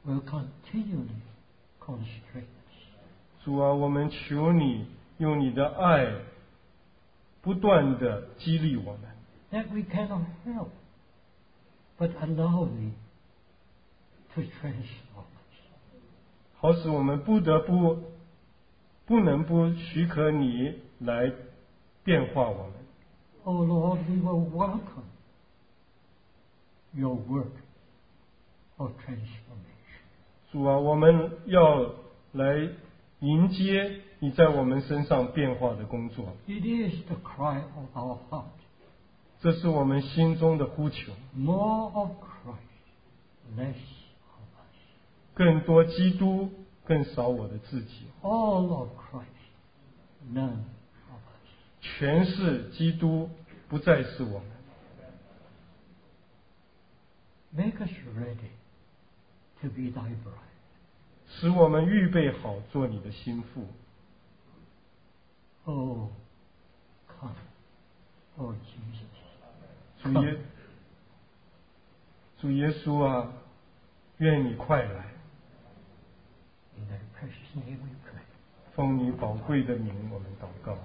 A: will continually constrict us.
B: 主啊，我们求你用你的爱不断的激励我们，
A: that we cannot help but allow thee to transform us.
B: 好使我们不得不不能不许可你来变化我们。
A: O Lord, we will welcome your work of transformation.
B: 主啊，我们要来迎接你在我们身上变化的工作，
A: It is the cry of our heart.
B: 这是我们心中的呼求。
A: More of Christ, less of us.
B: 更多基督，更少我的自己，
A: All of Christ, none of us.
B: 全是基督，不再是我们。
A: Make us ready to be thy bride.
B: 使我们预备好做你的心腹。
A: Oh, come, Lord Jesus.
B: 主耶，主耶稣啊，愿你快来，
A: In thy precious name we pray.
B: 奉你宝贵的名，我们祷告。